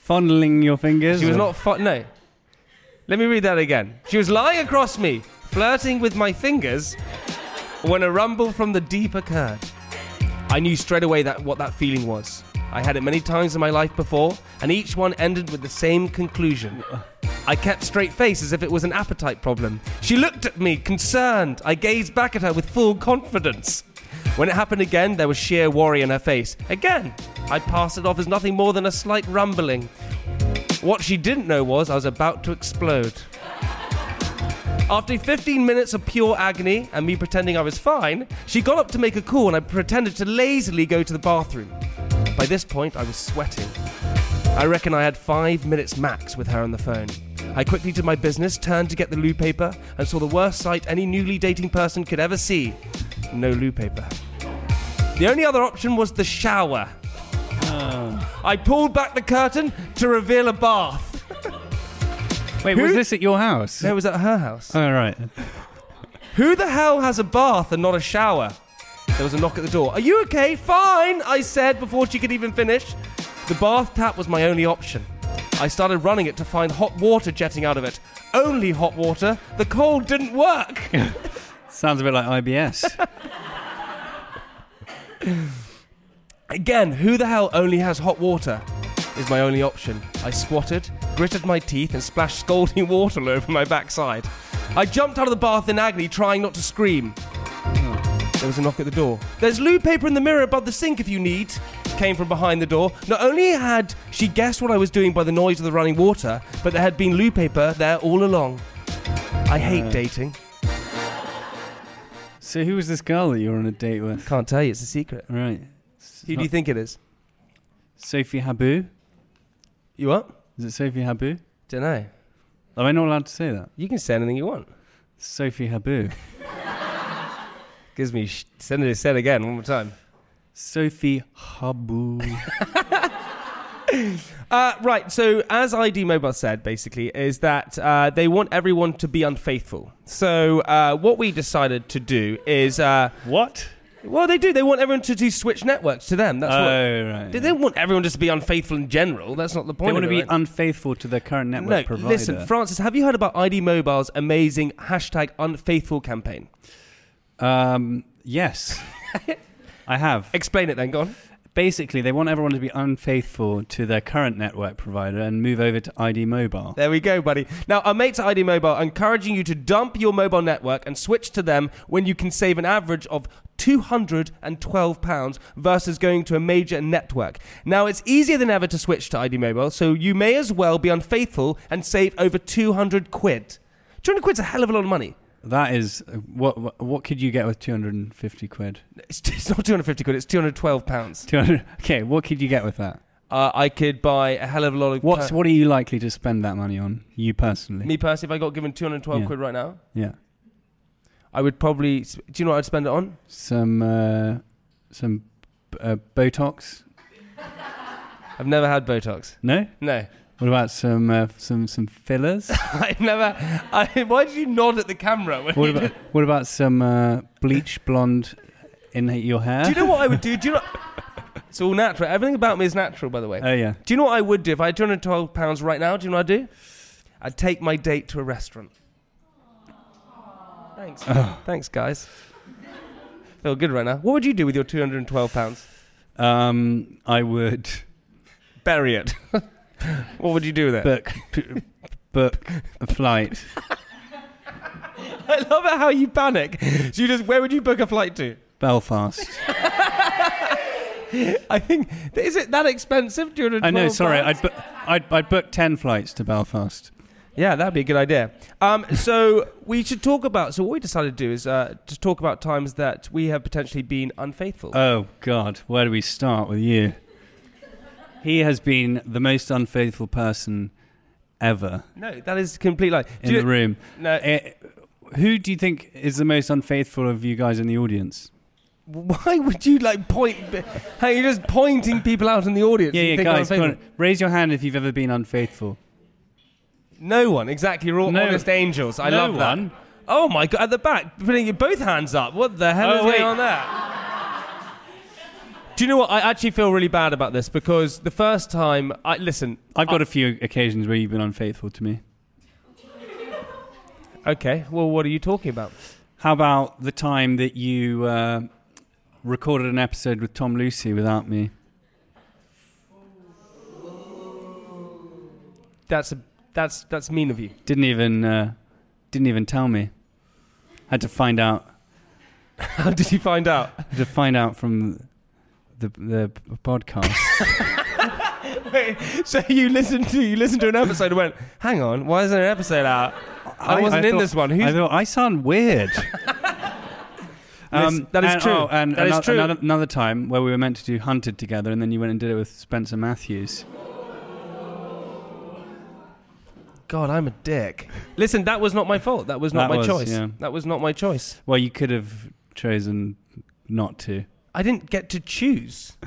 Speaker 3: Fondling your fingers?
Speaker 2: She was
Speaker 3: or-
Speaker 2: not. Fu- no. Let me read that again. She was lying across me, flirting with my fingers, when a rumble from the deep occurred. I knew straight away that what that feeling was. I had it many times in my life before, and each one ended with the same conclusion. I kept straight face as if it was an appetite problem. She looked at me, concerned. I gazed back at her with full confidence. When it happened again, there was sheer worry in her face. Again, I passed it off as nothing more than a slight rumbling. What she didn't know was I was about to explode. After 15 minutes of pure agony and me pretending I was fine, she got up to make a call and I pretended to lazily go to the bathroom. By this point, I was sweating. I reckon I had five minutes max with her on the phone. I quickly did my business, turned to get the loo paper, and saw the worst sight any newly dating person could ever see no loo paper. The only other option was the shower. I pulled back the curtain to reveal a bath.
Speaker 3: Wait, was this at your house?
Speaker 2: No, it was at her house.
Speaker 3: Oh, right.
Speaker 2: Who the hell has a bath and not a shower? There was a knock at the door. Are you okay? Fine, I said before she could even finish. The bath tap was my only option. I started running it to find hot water jetting out of it. Only hot water. The cold didn't work.
Speaker 3: Sounds a bit like IBS.
Speaker 2: Again, who the hell only has hot water? Is my only option. I squatted, gritted my teeth, and splashed scalding [laughs] water all over my backside. I jumped out of the bath in agony, trying not to scream. There was a knock at the door. There's loo paper in the mirror above the sink if you need, came from behind the door. Not only had she guessed what I was doing by the noise of the running water, but there had been loo paper there all along. I hate dating.
Speaker 3: so who was this girl that you were on a date with?
Speaker 2: Can't tell you, it's a secret.
Speaker 3: Right.
Speaker 2: Who do you think it is?
Speaker 3: Sophie Habu?
Speaker 2: You what?
Speaker 3: Is it Sophie Habu?
Speaker 2: Dunno.
Speaker 3: Am I not allowed to say that?
Speaker 2: You can say anything you want.
Speaker 3: Sophie Habu.
Speaker 2: Gives me sh- send it said again one more time.
Speaker 3: Sophie Habu.
Speaker 2: Uh, right. So as ID Mobile said, basically, is that uh, they want everyone to be unfaithful. So uh, what we decided to do is, uh,
Speaker 3: [laughs] what?
Speaker 2: well, they do. They want everyone to do switch networks to them. That's
Speaker 3: oh,
Speaker 2: what.
Speaker 3: right.
Speaker 2: They don't want everyone just to be unfaithful in general. That's not the point.
Speaker 3: They want to
Speaker 2: of
Speaker 3: be
Speaker 2: it, right?
Speaker 3: unfaithful to their current network
Speaker 2: no,
Speaker 3: provider.
Speaker 2: listen, Francis. Have you heard about ID Mobile's amazing hashtag unfaithful campaign?
Speaker 3: um,
Speaker 2: [laughs]
Speaker 3: yes, I have.
Speaker 2: Explain it then. Go on.
Speaker 3: Basically, they want everyone to be unfaithful to their current network provider and move over to ID Mobile.
Speaker 2: There we go, buddy. Now, our mates at ID Mobile are encouraging you to dump your mobile network and switch to them when you can save an average of £212 versus going to a major network. Now, it's easier than ever to switch to ID Mobile, so you may as well be unfaithful and save over 200 quid. 200 quid's a hell of a lot of money.
Speaker 3: That is what what- what could you get with 250 quid?
Speaker 2: It's, it's not 250 quid, it's £212.
Speaker 3: 200 [laughs] Okay, what could you get with that?
Speaker 2: Uh, I could buy a hell of a lot of...
Speaker 3: What's
Speaker 2: per-
Speaker 3: what are you likely to spend that money on? You personally?
Speaker 2: Me personally, if I got given 212
Speaker 3: Yeah.
Speaker 2: quid right now,
Speaker 3: Yeah.
Speaker 2: I would probably... sp- Do you know what I'd spend it on?
Speaker 3: Some uh, some uh, Botox?
Speaker 2: I've never had Botox.
Speaker 3: No?
Speaker 2: No.
Speaker 3: What about some uh, some
Speaker 2: [laughs]
Speaker 3: some fillers?
Speaker 2: I've never. I, why did you nod at the camera? When
Speaker 3: What
Speaker 2: you
Speaker 3: about what about some uh, bleach blonde in your hair?
Speaker 2: did- do you know what I would do? Do you know? It's all natural. Everything about me is natural, by the way.
Speaker 3: Oh yeah.
Speaker 2: do you know what I would do if I had 212 pounds right now? Do you know what I'd do? I'd take my date to a restaurant. Thanks.
Speaker 3: Oh.
Speaker 2: Thanks, guys. Feel good right now. What would you do with your 212 pounds?
Speaker 3: Um, I would
Speaker 2: Bury it. [laughs] what would you do with it?
Speaker 3: [laughs] book p- book a flight.
Speaker 2: [laughs] I love it how you panic. So you just, where would you book a flight to?
Speaker 3: Belfast.
Speaker 2: I think is it that expensive? 212
Speaker 3: I know. Sorry,
Speaker 2: pounds?
Speaker 3: I'd, bu- I'd I'd book ten flights to Belfast.
Speaker 2: Yeah, that'd be a good idea. Um, so [laughs] we should talk about. So what we decided to do is uh, to talk about times that we have potentially been unfaithful.
Speaker 3: Oh God, where do we start with you? He has been the most unfaithful person ever
Speaker 2: no, that is complete lie. Do
Speaker 3: in
Speaker 2: you-
Speaker 3: the room.
Speaker 2: no,
Speaker 3: Eh, who do you think is the most unfaithful of you guys in the audience?
Speaker 2: why would you like point? [laughs] hey, you're just pointing people out in the audience.
Speaker 3: Yeah,
Speaker 2: You
Speaker 3: yeah,
Speaker 2: think I'm
Speaker 3: guys, come on.
Speaker 2: unfaithful.
Speaker 3: raise your hand if you've ever been unfaithful.
Speaker 2: No one, exactly. You're all
Speaker 3: No-
Speaker 2: honest angels. I
Speaker 3: no
Speaker 2: love that.
Speaker 3: one.
Speaker 2: Oh my god! At the back, putting your both hands up. What the hell
Speaker 3: Oh,
Speaker 2: is going
Speaker 3: wait.
Speaker 2: on there? Do you know what? I actually feel really bad about this because the first time, I listen.
Speaker 3: I've got a few occasions where you've been unfaithful to me.
Speaker 2: Okay, well, what are you talking about?
Speaker 3: How about the time that you uh, recorded an episode with Tom Lucy without me?
Speaker 2: That's a that's that's mean of you. [laughs]
Speaker 3: Didn't even uh, didn't even tell me. Had to find out.
Speaker 2: How did you find out?
Speaker 3: Had to find out from the the podcast.
Speaker 2: [laughs] Wait, so you listened to you listened to an episode and went, hang on, why isn't an episode out? I, wasn't in
Speaker 3: thought-
Speaker 2: this one. Who's
Speaker 3: I thought I sound weird.
Speaker 2: [laughs] Yes, that is
Speaker 3: and-
Speaker 2: true.
Speaker 3: Oh, and
Speaker 2: That is
Speaker 3: ano-
Speaker 2: true.
Speaker 3: Another, another time where we were meant to do Hunted together, and then you went and did it with Spencer Matthews.
Speaker 2: God, I'm a dick. Listen, that was not my fault. That was not
Speaker 3: That
Speaker 2: my
Speaker 3: was,
Speaker 2: choice.
Speaker 3: yeah.
Speaker 2: That was not my choice.
Speaker 3: Well, you could have chosen not to.
Speaker 2: I didn't get to choose. [laughs]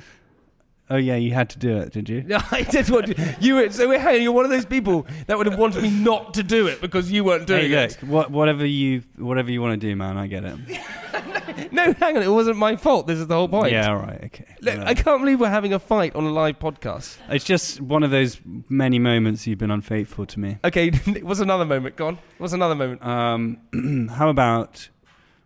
Speaker 3: Oh yeah, you had to do it, did you?
Speaker 2: No, I did want to. You were, so hey, you're one of those people that would have wanted me not to do it because you weren't doing
Speaker 3: hey, look,
Speaker 2: it.
Speaker 3: what, whatever you whatever you want to do, man, I get it.
Speaker 2: No, hang on, it wasn't my fault. This is the whole point.
Speaker 3: Yeah, all right, okay.
Speaker 2: Look,
Speaker 3: Right.
Speaker 2: I can't believe we're having a fight on a live podcast.
Speaker 3: It's just one of those many moments you've been unfaithful to me.
Speaker 2: Okay, [laughs] what's another moment? Go on. What's another moment?
Speaker 3: Um, [clears throat] how about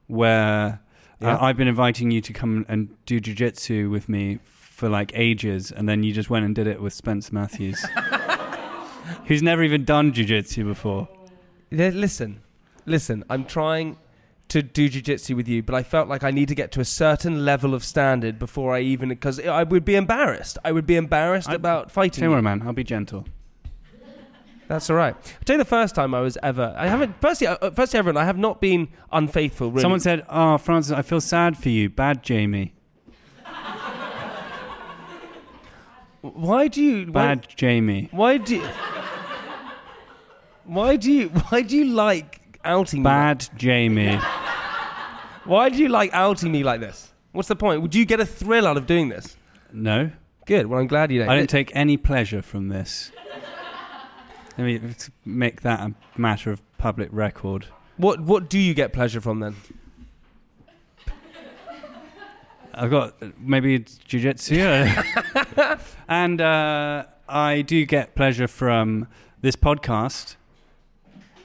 Speaker 3: where
Speaker 2: Yeah.
Speaker 3: uh, I've been inviting you to come and do jujitsu with me for like ages, and then you just went and did it with
Speaker 2: [laughs]
Speaker 3: Spence Matthews, who's never even done jujitsu before.
Speaker 2: Yeah, Listen, listen, I'm trying to do jujitsu with you, but I felt like I need to get to a certain level of standard before I even. Because I would be embarrassed. I would be embarrassed
Speaker 3: I-
Speaker 2: about fighting.
Speaker 3: Don't
Speaker 2: you.
Speaker 3: worry, man. I'll be gentle.
Speaker 2: That's all right. I'll tell you the first time I was ever. I haven't. Firstly, uh, firstly everyone, I have not been unfaithful, really.
Speaker 3: Someone said, "Oh, Francis, I feel sad for you, bad Jamie,
Speaker 2: Why do you. Why,
Speaker 3: bad Jamie,
Speaker 2: why do you. Why do you. Why do you like outing
Speaker 3: bad
Speaker 2: me?
Speaker 3: Jamie."
Speaker 2: Why do you like outing me like this? What's the point? Would you get a thrill out of doing this?
Speaker 3: No,
Speaker 2: Good. Well, I'm glad you don't.
Speaker 3: I didn't take any pleasure from this. Let me let's make that a matter of public record.
Speaker 2: what What do you get pleasure from then?
Speaker 3: I've got uh, maybe it's jujitsu,
Speaker 2: [laughs]
Speaker 3: yeah. and uh, I do get pleasure from this podcast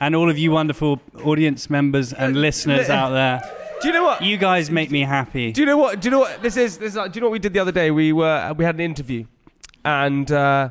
Speaker 3: and all of you wonderful audience members
Speaker 2: Uh,
Speaker 3: and
Speaker 2: [laughs]
Speaker 3: listeners out there.
Speaker 2: Do you know what?
Speaker 3: You guys make me happy.
Speaker 2: Do you know what? Do you know what this is? This is like, do you know what we did the other day? We were we had an interview, and uh,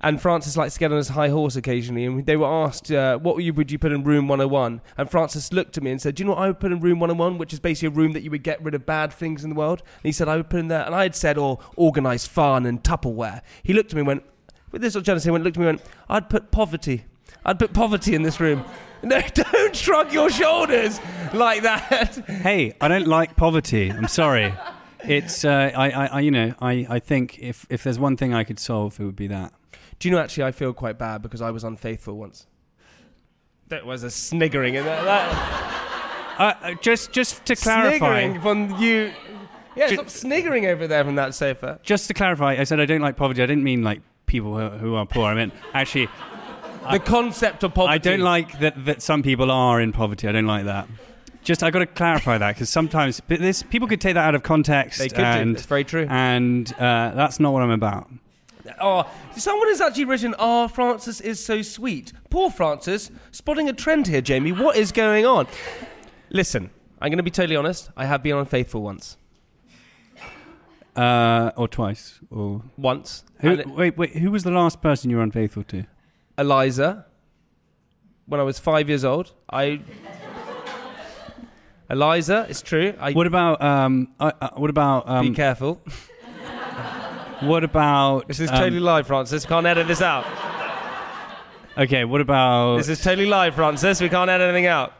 Speaker 2: and Francis likes to get on his high horse occasionally, and they were asked uh, what would you, would you put in room 101, and Francis looked at me and said, "Do you know what I would put in room 101, which is basically a room that you would get rid of bad things in the world?" And he said, "I would put in there," and I had said, "Or organise fun and Tupperware." He looked at me and went, "With this what jealousy?" He Went looked at me and went, "I'd put poverty. I'd put poverty in this room." [laughs] No, don't shrug your shoulders like that.
Speaker 3: Hey, I don't like poverty. I'm sorry. It's uh, I, I, I you know I, I think if if there's one thing I could solve, it would be that.
Speaker 2: Do you know actually I feel quite bad because I was unfaithful once. That was a sniggering in that, that
Speaker 3: Uh, Uh, just just to clarify,
Speaker 2: sniggering from you. Yeah,
Speaker 3: Ju-
Speaker 2: stop sniggering over there from that sofa.
Speaker 3: just to clarify, I said I don't like poverty. I didn't mean like people who, who are poor. I meant actually I-
Speaker 2: the concept of poverty.
Speaker 3: I don't like that, that some people are in poverty. I don't like that. Just I got to clarify that because sometimes but this people could take that out of context
Speaker 2: They could do.
Speaker 3: and
Speaker 2: It's very true.
Speaker 3: and uh, that's not what I'm about.
Speaker 2: oh, someone has actually written, "Ah, Francis is so sweet." Poor Francis, spotting a trend here, Jamie. What is going on? Listen, I'm going to be totally honest. I have been unfaithful once.
Speaker 3: Uh, or twice or
Speaker 2: Once.
Speaker 3: who,
Speaker 2: And it-
Speaker 3: wait wait who was the last person you were unfaithful to?
Speaker 2: Eliza when I was five years old. I Eliza, it's true. I
Speaker 3: What about um uh, uh, what about
Speaker 2: be
Speaker 3: um [laughs]
Speaker 2: careful.
Speaker 3: what about
Speaker 2: This is
Speaker 3: um,
Speaker 2: totally live, Francis. Can't edit this out.
Speaker 3: um, okay what about
Speaker 2: This is totally live, Francis. We can't edit anything out.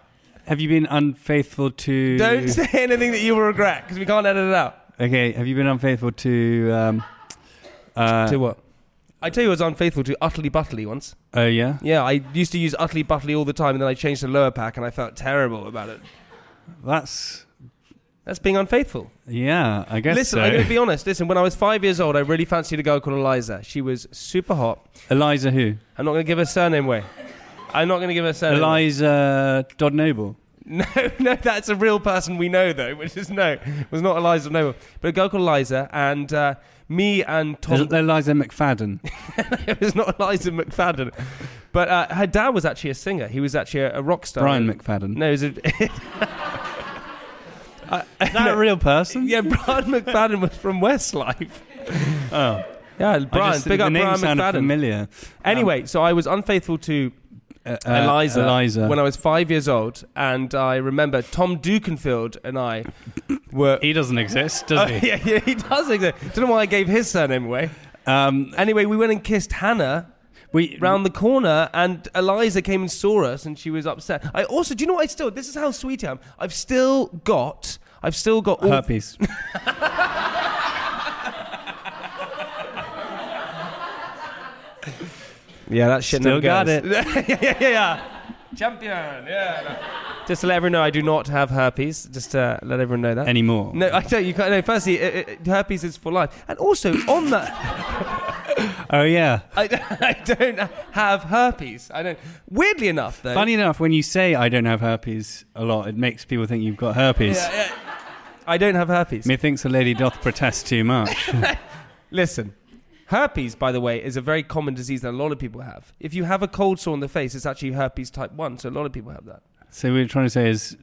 Speaker 3: have you been unfaithful to
Speaker 2: Don't say anything that you will regret because we can't edit it out.
Speaker 3: okay have you been unfaithful to um uh,
Speaker 2: to what? I tell you, I was unfaithful to Utterly Butterly once.
Speaker 3: oh yeah
Speaker 2: Yeah, I used to use Utterly Butterly all the time, and then I changed to Lower Pack, and I felt terrible about it.
Speaker 3: that's
Speaker 2: That's being unfaithful.
Speaker 3: Yeah, I guess
Speaker 2: Listen,
Speaker 3: so.
Speaker 2: I'm going to be honest. Listen, when I was five years old, I really fancied a girl called Eliza. She was super hot.
Speaker 3: Eliza who?
Speaker 2: I'm not going to give her surname away. I'm not going to give her surname. away. [laughs]
Speaker 3: Eliza Dodd Noble.
Speaker 2: No, no, that's a real person we know though, which is no, it was not Eliza Noble, but a girl called Eliza, and uh, me and
Speaker 3: Is
Speaker 2: Tom.
Speaker 3: it Eliza McFadden.
Speaker 2: [laughs] it was not Eliza McFadden, but uh, her dad was actually a singer. He was actually a, a rock star. [laughs]
Speaker 3: Brian McFadden.
Speaker 2: No, he was a. Uh,
Speaker 3: Is that a real person?
Speaker 2: yeah, Brian McFadden was from Westlife.
Speaker 3: Oh,
Speaker 2: Yeah,
Speaker 3: I
Speaker 2: Brian,
Speaker 3: just-
Speaker 2: big
Speaker 3: the
Speaker 2: up
Speaker 3: name
Speaker 2: Brian
Speaker 3: sounded
Speaker 2: McFadden.
Speaker 3: familiar.
Speaker 2: Anyway, so I was unfaithful to
Speaker 3: Uh, uh,
Speaker 2: Eliza,
Speaker 3: Eliza.
Speaker 2: when I was five years old, and I remember Tom Dukenfield and I were. [laughs]
Speaker 3: he doesn't exist, does
Speaker 2: Oh,
Speaker 3: he?
Speaker 2: [laughs] yeah, yeah, he does exist. Don't know why I gave his surname away.
Speaker 3: Um,
Speaker 2: Anyway, we went and kissed Hannah
Speaker 3: we
Speaker 2: round the corner, and Eliza came and saw us, and she was upset. I also, do you know what? I still, this is how sweet I am. I've still got, I've still got all
Speaker 3: herpes.
Speaker 2: Yeah, that shit
Speaker 3: Still
Speaker 2: never
Speaker 3: got
Speaker 2: goes. [laughs]
Speaker 3: it.
Speaker 2: yeah, yeah, yeah, yeah. Champion. Yeah. no. Just to let everyone know, I do not have herpes. Just to let everyone know that.
Speaker 3: anymore.
Speaker 2: no, uh, I don't. You can't. No, firstly, it, it, herpes is for life, and also on that, [laughs]
Speaker 3: Oh yeah.
Speaker 2: I, I don't have herpes. I don't. Weirdly enough, though.
Speaker 3: Funny enough, when you say I don't have herpes a lot, it makes people think you've got herpes.
Speaker 2: Yeah, yeah. I don't have herpes.
Speaker 3: Methinks a lady doth protest
Speaker 2: [laughs]
Speaker 3: too much.
Speaker 2: Listen, herpes, by the way, is a very common disease that a lot of people have. If you have a cold sore on the face, it's actually herpes type one, so a lot of people have that.
Speaker 3: so what we're trying to say is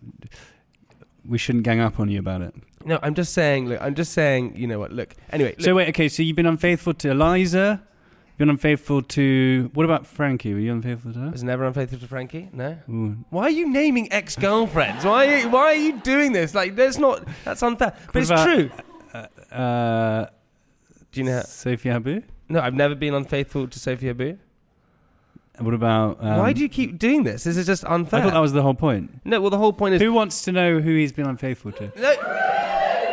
Speaker 3: we shouldn't gang up on you about it.
Speaker 2: No, I'm just saying. Look, I'm just saying. You know what? Look. Anyway, look,
Speaker 3: So wait, okay, so you've been unfaithful to Eliza, you've been unfaithful to what about Frankie? Were you unfaithful to
Speaker 2: I
Speaker 3: her?
Speaker 2: was never unfaithful to Frankie. No.
Speaker 3: Ooh.
Speaker 2: Why are you naming ex-girlfriends? Why? Are you, why are you doing this? Like, that's not. That's unfair. But
Speaker 3: What
Speaker 2: it's
Speaker 3: about- [laughs]
Speaker 2: true.
Speaker 3: Uh, uh,
Speaker 2: Do you know? How,
Speaker 3: Sophie Abu?
Speaker 2: no, I've never been unfaithful to Sophie Abu.
Speaker 3: And What about um,
Speaker 2: why do you keep doing this? This is just unfair.
Speaker 3: I thought that was the whole point.
Speaker 2: no. Well, the whole point is.
Speaker 3: Who wants to know who he's been unfaithful to?
Speaker 2: No,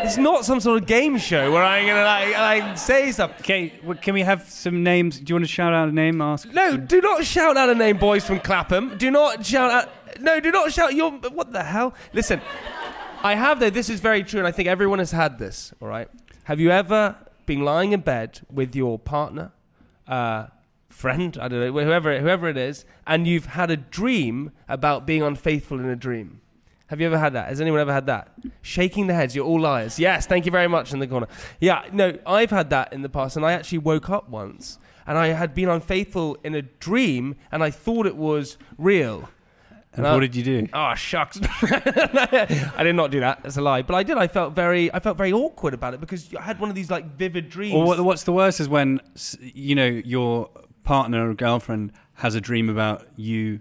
Speaker 2: it's not some sort of game show where I'm gonna like, like say something.
Speaker 3: Okay, w can we have some names? Do you want to shout out a name? Ask.
Speaker 2: No, do not shout out a name, boys from Clapham. Do not shout out. No, do not shout. You're what the hell? Listen, I have though. This is very true, and I think everyone has had this. All right. Have you ever been lying in bed with your partner, uh, friend? I don't know, whoever whoever it is, and you've had a dream about being unfaithful in a dream. Have you ever had that? Has anyone ever had that? Shaking the heads, you're all liars. Yes, thank you very much in the corner. Yeah, no, I've had that in the past, and I actually woke up once and I had been unfaithful in a dream and I thought it was real.
Speaker 3: And
Speaker 2: No.
Speaker 3: what did you do?
Speaker 2: Oh shucks! [laughs] I did not do that. That's a lie. But I did. I felt very, I felt very awkward about it because I had one of these like vivid dreams.
Speaker 3: Or what, what's the worst is when s- you know your partner or girlfriend has a dream about you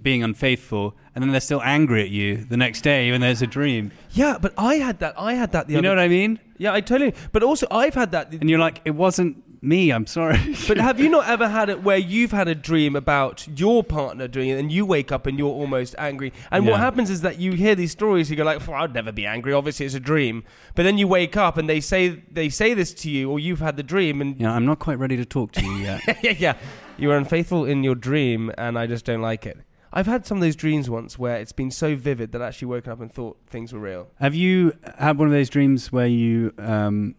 Speaker 3: being unfaithful, and then they're still angry at you the next day, even though it's a dream.
Speaker 2: yeah, but I had that. I had that the
Speaker 3: you
Speaker 2: other.
Speaker 3: know what I mean?
Speaker 2: yeah, I totally. But also, I've had that.
Speaker 3: And you're like, it wasn't me. I'm sorry.
Speaker 2: But
Speaker 3: [laughs]
Speaker 2: have you not ever had it where you've had a dream about your partner doing it and you wake up and you're almost angry? And what
Speaker 3: Yeah.
Speaker 2: happens is that you hear these stories, you go like, well, I'd never be angry, obviously it's a dream. But then you wake up and they say they say this to you or you've had the dream and
Speaker 3: yeah, I'm not quite ready to talk to you yet.
Speaker 2: [laughs] yeah, yeah. You were unfaithful in your dream and I just don't like it. I've had some of those dreams once where it's been so vivid that I actually woken up and thought things were real.
Speaker 3: have you had one of those dreams where you um,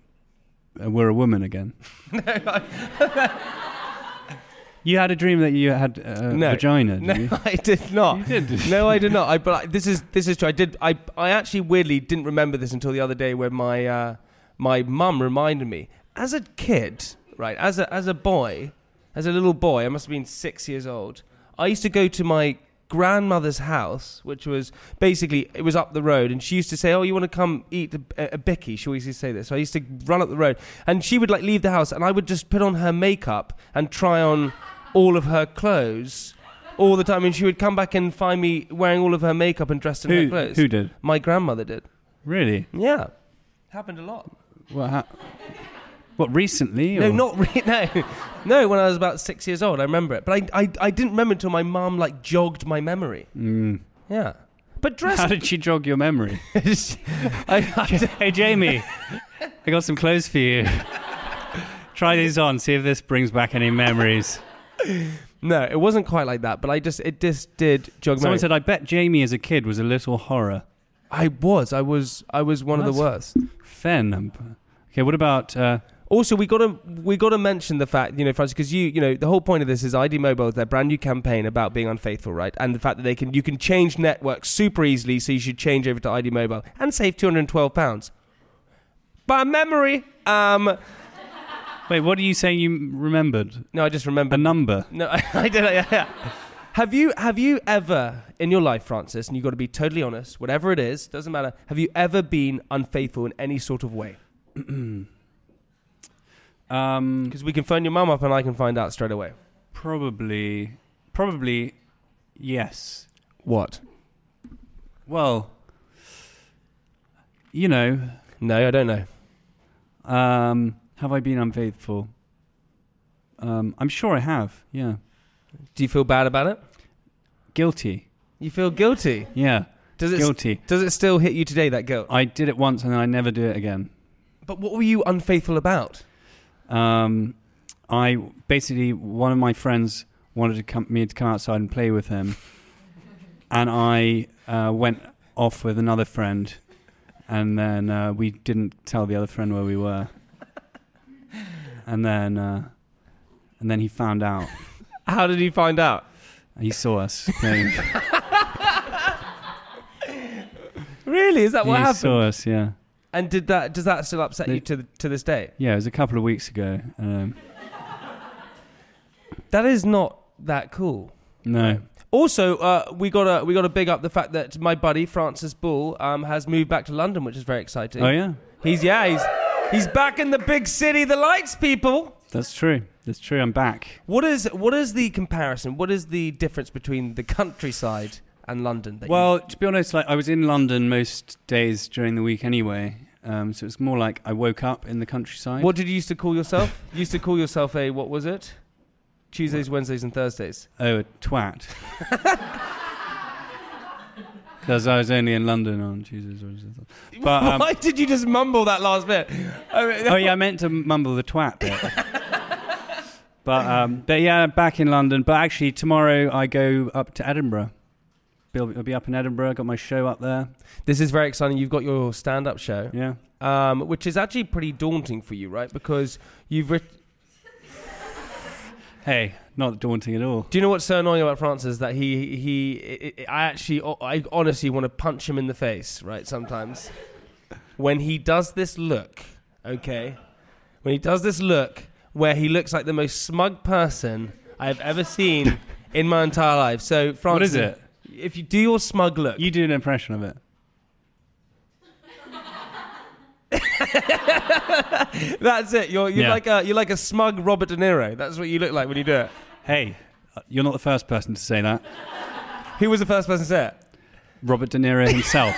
Speaker 3: were a woman
Speaker 2: [laughs]
Speaker 3: again? you had a dream that you had a
Speaker 2: No.
Speaker 3: vagina. Did
Speaker 2: No,
Speaker 3: you?
Speaker 2: I did [laughs] not.
Speaker 3: You did.
Speaker 2: no, I did not. I but I, this is this is true. I did. I I actually weirdly didn't remember this until the other day when my uh, my mum reminded me. As a kid, right? As a as a boy, as a little boy, I must have been six years old. I used to go to my grandmother's house, which was basically it was up the road, and she used to say, "Oh, you want to come eat a, a, a bicky?" She always used to say this. So I used to run up the road, and she would like leave the house, and I would just put on her makeup and try on all of her clothes all the time, and she would come back and find me wearing all of her makeup and dressed in her
Speaker 3: Who,
Speaker 2: clothes.
Speaker 3: who did?
Speaker 2: My grandmother did.
Speaker 3: Really?
Speaker 2: Yeah. Happened a lot.
Speaker 3: What? Ha- what recently?
Speaker 2: No,
Speaker 3: or-
Speaker 2: not really. [laughs] No, no. When I was about six years old, I remember it, but I, I, I didn't remember until my mum like jogged my memory.
Speaker 3: Mm.
Speaker 2: Yeah, but [laughs]
Speaker 3: How [laughs]
Speaker 2: dress.
Speaker 3: did she jog your memory?
Speaker 2: [laughs] I, I,
Speaker 3: hey, Jamie, I got some clothes for
Speaker 2: [laughs]
Speaker 3: you. Try these on. See if this brings back any memories.
Speaker 2: no, it wasn't quite like that. But I just it just did jog
Speaker 3: Someone
Speaker 2: memory.
Speaker 3: said, "I bet Jamie as a kid was a little horror."
Speaker 2: I was, I was, I was one of the worst.
Speaker 3: Fair number. Okay, what about? Uh,
Speaker 2: Also, we gotta we gotta mention the fact, you know, Francis, because you you know the whole point of this is ID Mobile, their brand new campaign about being unfaithful, right? And the fact that they can you can change networks super easily, so you should change over to ID Mobile and save two hundred and twelve pounds. By memory, um,
Speaker 3: wait, what are you saying? You remembered
Speaker 2: no, I just
Speaker 3: a
Speaker 2: remembered.
Speaker 3: number?
Speaker 2: No, [laughs] I, did. Yeah, yeah. Have you have you ever in your life, Francis? And you've got to be totally honest, whatever it is, doesn't matter. Have you ever been unfaithful in any sort of way?
Speaker 3: Um,
Speaker 2: Because we can phone your mum up and I can find out straight away.
Speaker 3: probably, probably, yes.
Speaker 2: What?
Speaker 3: Well, you know,
Speaker 2: No, I don't know.
Speaker 3: um, have I been unfaithful? Um, I'm sure I have. Yeah,
Speaker 2: Do you feel bad about it?
Speaker 3: guilty.
Speaker 2: You feel guilty.
Speaker 3: Yeah,
Speaker 2: Does it
Speaker 3: guilty.
Speaker 2: does it still hit you today that guilt?
Speaker 3: I did it once and then I never do it again.
Speaker 2: But what were you unfaithful about?
Speaker 3: Um, I basically one of my friends wanted to come, me to come outside and play with him, and I uh, went off with another friend, and then uh, we didn't tell the other friend where we were, and then uh, and then he found out.
Speaker 2: How did you find out?
Speaker 3: He saw
Speaker 2: [laughs]
Speaker 3: us playing.
Speaker 2: Really? Is that what
Speaker 3: he
Speaker 2: happened?
Speaker 3: saw us, yeah.
Speaker 2: And did that does that still upset
Speaker 3: The-
Speaker 2: you to the, to this day?
Speaker 3: Yeah, it was a couple of weeks ago. Um,
Speaker 2: That is not that cool.
Speaker 3: no.
Speaker 2: Also, uh, we gotta we gotta big up the fact that my buddy Francis Bull um, has moved back to London, which is very exciting.
Speaker 3: Oh, yeah.
Speaker 2: He's yeah, he's he's back in the big city, the lights, people.
Speaker 3: That's true. That's true. I'm back.
Speaker 2: What is what is the comparison? What is the difference between the countryside and London? That
Speaker 3: Well, to be honest, like I was in London most days during the week anyway. Um, so it's more like I woke up in the countryside.
Speaker 2: you, what did you used to call yourself? you used to call yourself a what was it? Tuesdays, Wednesdays, and Thursdays.
Speaker 3: Oh, a twat. Because I was only in London on Tuesdays. Wednesdays, Thursdays. But
Speaker 2: [laughs]
Speaker 3: um,
Speaker 2: Why did you just mumble that last bit? I mean,
Speaker 3: oh yeah, I meant to mumble the twat bit. but um, but yeah, back in London. But actually, tomorrow I go up to Edinburgh. Bill, I'll be up in Edinburgh. I got my show up there.
Speaker 2: This is very exciting. You've got your stand-up show,
Speaker 3: Yeah.
Speaker 2: um, which is actually pretty daunting for you, right? Because you've written.
Speaker 3: Hey, not daunting at all.
Speaker 2: Do you know what's so annoying about Francis? That he he I I actually I honestly want to punch him in the face, right? Sometimes when he does this look, okay, when he does this look where he looks like the most smug person I've ever seen in my entire life. So Francis,
Speaker 3: What is it?
Speaker 2: If you do your smug look,
Speaker 3: You do an impression of it.
Speaker 2: that's it. You're you're
Speaker 3: Yeah.
Speaker 2: like a you're like a smug Robert De Niro. That's what you look like when you do it.
Speaker 3: Hey, uh, you're not the first person to say that.
Speaker 2: Who was the first person to say it?
Speaker 3: Robert De Niro himself.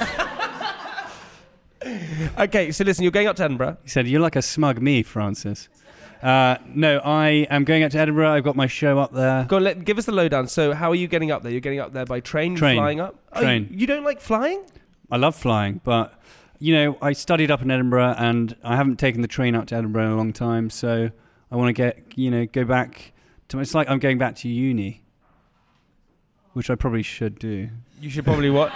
Speaker 2: Okay, so listen, you're going up to Edinburgh.
Speaker 3: he said, You're like a smug me, Francis. Uh, no, I am going up to Edinburgh. I've got my show up there.
Speaker 2: Go on, let, give us the lowdown. So, how are you getting up there? You're getting up there by train,
Speaker 3: Train.
Speaker 2: flying up? Oh,
Speaker 3: Train.
Speaker 2: you, you don't like flying?
Speaker 3: I love flying, but, you know, I studied up in Edinburgh and I haven't taken the train up to Edinburgh in a long time. So I want to get, you know, go back to. It's like I'm going back to uni, which I probably should do.
Speaker 2: You should probably what?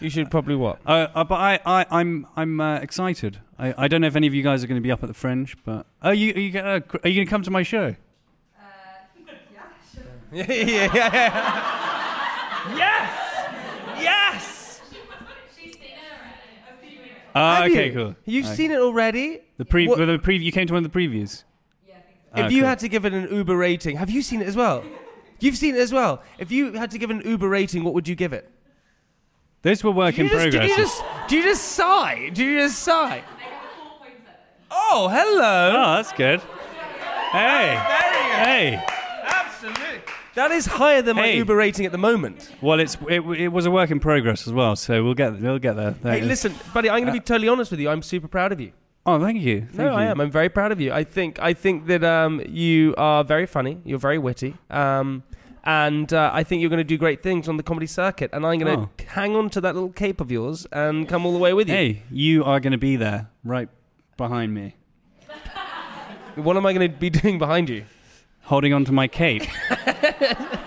Speaker 2: you should probably what?
Speaker 3: Uh, uh, but I, I, I'm, I'm uh, excited. I, I don't know if any of you guys are going to be up at the Fringe, but oh, you, are you, gonna- are you going to come to my show?
Speaker 2: [laughs] yeah, yeah, yeah. yes! Yes!
Speaker 3: Ah,
Speaker 2: Have
Speaker 3: okay,
Speaker 2: you?
Speaker 3: cool.
Speaker 2: You've
Speaker 3: Alright.
Speaker 2: seen it already?
Speaker 3: the pre,
Speaker 2: what-
Speaker 3: well, the pre- You came to one of the previews.
Speaker 2: If
Speaker 3: Ah,
Speaker 2: you
Speaker 3: cool.
Speaker 2: had to give it an Uber rating, have you seen it as well? You've seen it as well. If you had to give an Uber rating, what would you give it?
Speaker 3: those were work
Speaker 2: Do
Speaker 3: in
Speaker 2: you, just, do
Speaker 3: progress.
Speaker 2: you just do you just sigh? Do you just sigh? Oh, hello. Oh,
Speaker 3: oh, that's good. Hey, hey.
Speaker 2: Absolutely. That is higher than my
Speaker 3: Hey.
Speaker 2: Uber rating at the moment.
Speaker 3: Well, it's it, it was a work in progress as well, so we'll get we'll get there. There
Speaker 2: Hey,
Speaker 3: it is.
Speaker 2: listen, buddy, I'm going to be totally honest with you. I'm super proud of you.
Speaker 3: Oh, thank you.
Speaker 2: No,
Speaker 3: Thank
Speaker 2: I
Speaker 3: you.
Speaker 2: am. I'm very proud of you. I think I think that um, you are very funny. You're very witty. Um, and uh, I think you're going to do great things on the comedy circuit. And I'm going
Speaker 3: Oh.
Speaker 2: to hang on to that little cape of yours and come all the way with you.
Speaker 3: Hey, you are going to be there, right behind me,
Speaker 2: What am I going to be [laughs] doing behind you?
Speaker 3: holding onto
Speaker 2: [laughs]
Speaker 3: my cape. I,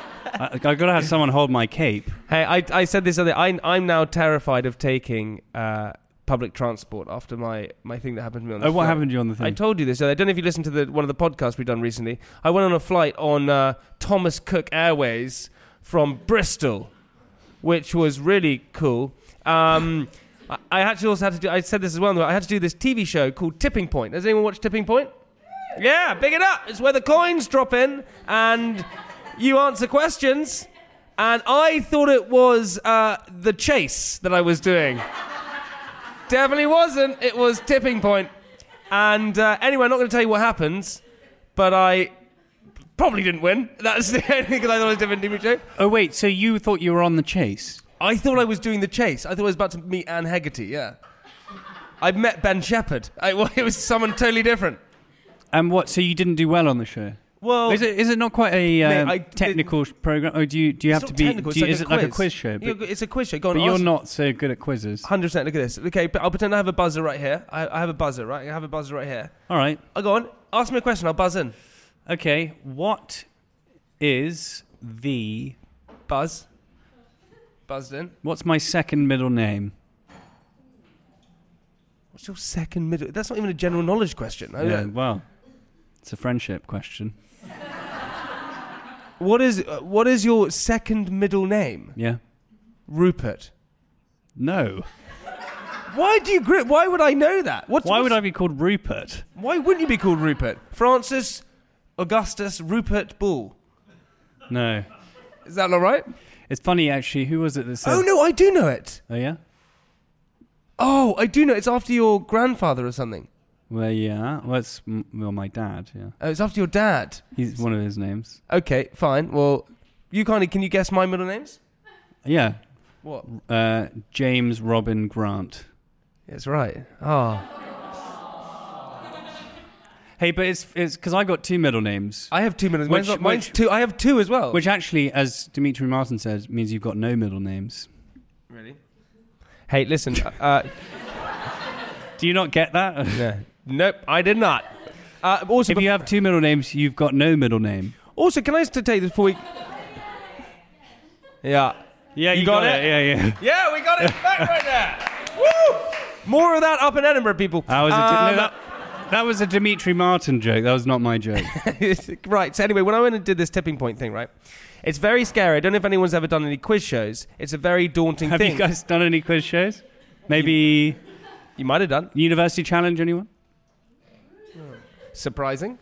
Speaker 3: I've got to have someone hold my cape.
Speaker 2: Hey, I, I said this other. I, I'm now terrified of taking uh, public transport after my, my thing that happened to me on. The
Speaker 3: Oh, what
Speaker 2: flight.
Speaker 3: happened to you on the thing?
Speaker 2: I told you this. I don't know if you listened to the, one of the podcasts we've done recently. I went on a flight on uh, Thomas Cook Airways from Bristol, which was really cool. Um, [laughs] I, I actually also had to do. I said this as well. but I had to do this TV show called Tipping Point. Has anyone watched Tipping Point? Yeah, big it up. It's where the coins drop in and you answer questions. And I thought it was uh, the chase that I was doing. Definitely wasn't. It was tipping point. And uh, anyway, I'm not going to tell you what happens, but I probably didn't win. [laughs] That's the only thing I thought was different TV show.
Speaker 3: oh wait, so you thought you were on the chase?
Speaker 2: I thought I was doing the chase. I thought I was about to meet Anne [laughs] Hegarty. Yeah, I met Ben Shepherd. I, well, it was someone totally different.
Speaker 3: And what? So you didn't do well on the show?
Speaker 2: Well,
Speaker 3: is it is it not quite a um,
Speaker 2: Oh. I-
Speaker 3: technical program? Or do you do you have
Speaker 2: it's
Speaker 3: to
Speaker 2: not
Speaker 3: be?
Speaker 2: technical,
Speaker 3: do
Speaker 2: it's
Speaker 3: you-
Speaker 2: like
Speaker 3: is
Speaker 2: a
Speaker 3: it like a
Speaker 2: quiz.
Speaker 3: quiz show? But,
Speaker 2: You- it's a quiz show. Go on,
Speaker 3: but you're
Speaker 2: ask-
Speaker 3: not so good at quizzes.
Speaker 2: Hundred percent. Look at this. Okay, but I'll pretend I have a buzzer right here. I, I have a buzzer, right? I have a buzzer right here.
Speaker 3: All right.
Speaker 2: I go on. Ask me a question. I'll buzz in.
Speaker 3: Okay. What is the
Speaker 2: Buzz. Buzzed in.
Speaker 3: what's my second middle name?
Speaker 2: What's your second middle? That's not even a general knowledge question. I
Speaker 3: Yeah.
Speaker 2: don't-
Speaker 3: Well, it's a friendship question.
Speaker 2: What is uh, what is your second middle name?
Speaker 3: Yeah.
Speaker 2: Rupert.
Speaker 3: No.
Speaker 2: Why do you grip? Why would I know that? What's,
Speaker 3: Why would
Speaker 2: what's-
Speaker 3: I be called Rupert?
Speaker 2: Why wouldn't you be called Rupert? Francis Augustus Rupert Bull.
Speaker 3: No.
Speaker 2: Is that not right?
Speaker 3: It's funny actually. Who was it that said?
Speaker 2: oh no, I do know it.
Speaker 3: Oh yeah.
Speaker 2: Oh, I do know. It's after your grandfather or something.
Speaker 3: Well, yeah. Well, it's m- well, my dad. Yeah.
Speaker 2: Oh, it's after your dad.
Speaker 3: He's one of his names.
Speaker 2: Okay, fine. Well, you kind of can you guess my middle names?
Speaker 3: Yeah.
Speaker 2: What?
Speaker 3: Uh, James Robin Grant.
Speaker 2: That's right. Oh,
Speaker 3: Hey, but it's it's because I got two middle names,
Speaker 2: I have two middle names. Mine's,
Speaker 3: Which-
Speaker 2: not- mine's
Speaker 3: which-
Speaker 2: two. I have two as well.
Speaker 3: which actually, as Dimitri Martin says, means you've got no middle names.
Speaker 2: really? Hey, listen.
Speaker 3: [laughs]
Speaker 2: uh,
Speaker 3: Do you not get that? [laughs]
Speaker 2: no, nope, I did not. Uh, also,
Speaker 3: if you have two middle names, you've got no middle name.
Speaker 2: also, can I just take this before we? Yeah.
Speaker 3: Yeah,
Speaker 2: You you got got it? it.
Speaker 3: Yeah, yeah.
Speaker 2: Yeah, we got it back right there. [laughs] Woo! More of that up in Edinburgh, people.
Speaker 3: [laughs] That was a,
Speaker 2: Um, [laughs]
Speaker 3: no, that, that was a Dimitri Martin joke. That was not my joke.
Speaker 2: right. So anyway, when I went and did this tipping point thing, right, it's very scary. I don't know if anyone's ever done any quiz shows. It's a very daunting
Speaker 3: have
Speaker 2: thing.
Speaker 3: you guys done any quiz shows? Maybe
Speaker 2: You might have done.
Speaker 3: University Challenge? Anyone?
Speaker 2: Surprising.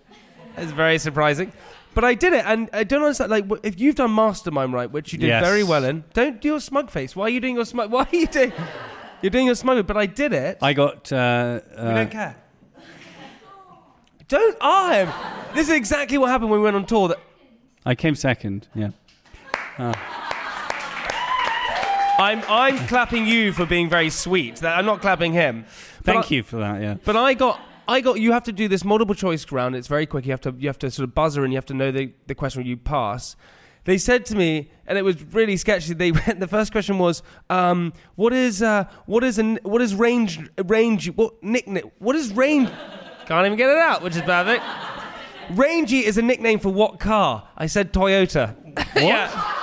Speaker 2: It's very surprising. But I did it, and I don't understand. Like, wh- if you've done Mastermind right, which you did
Speaker 3: Yes.
Speaker 2: very well in, don't do your smug face. Why are you doing your smug? Why are you doing? You're doing your smug. But I did it.
Speaker 3: I got. Uh,
Speaker 2: We
Speaker 3: uh,
Speaker 2: don't care. Don't I? This is exactly what happened when we went on tour. That
Speaker 3: I came second. Yeah.
Speaker 2: I'm I'm clapping you for being very sweet. That I'm not clapping him. But
Speaker 3: Thank
Speaker 2: I-
Speaker 3: you for that. Yeah.
Speaker 2: But I got I got you have to do this multiple choice round. It's very quick. You have to you have to sort of buzzer and you have to know the, the question you pass. They said to me, and it was really sketchy. They [laughs] went, the first question was, um, "What is uh, what is an, what is range range what nickname what is range?" Can't even get it out, which is perfect. Rangy is a nickname for what car? I said
Speaker 3: [laughs]
Speaker 2: Toyota.
Speaker 3: What?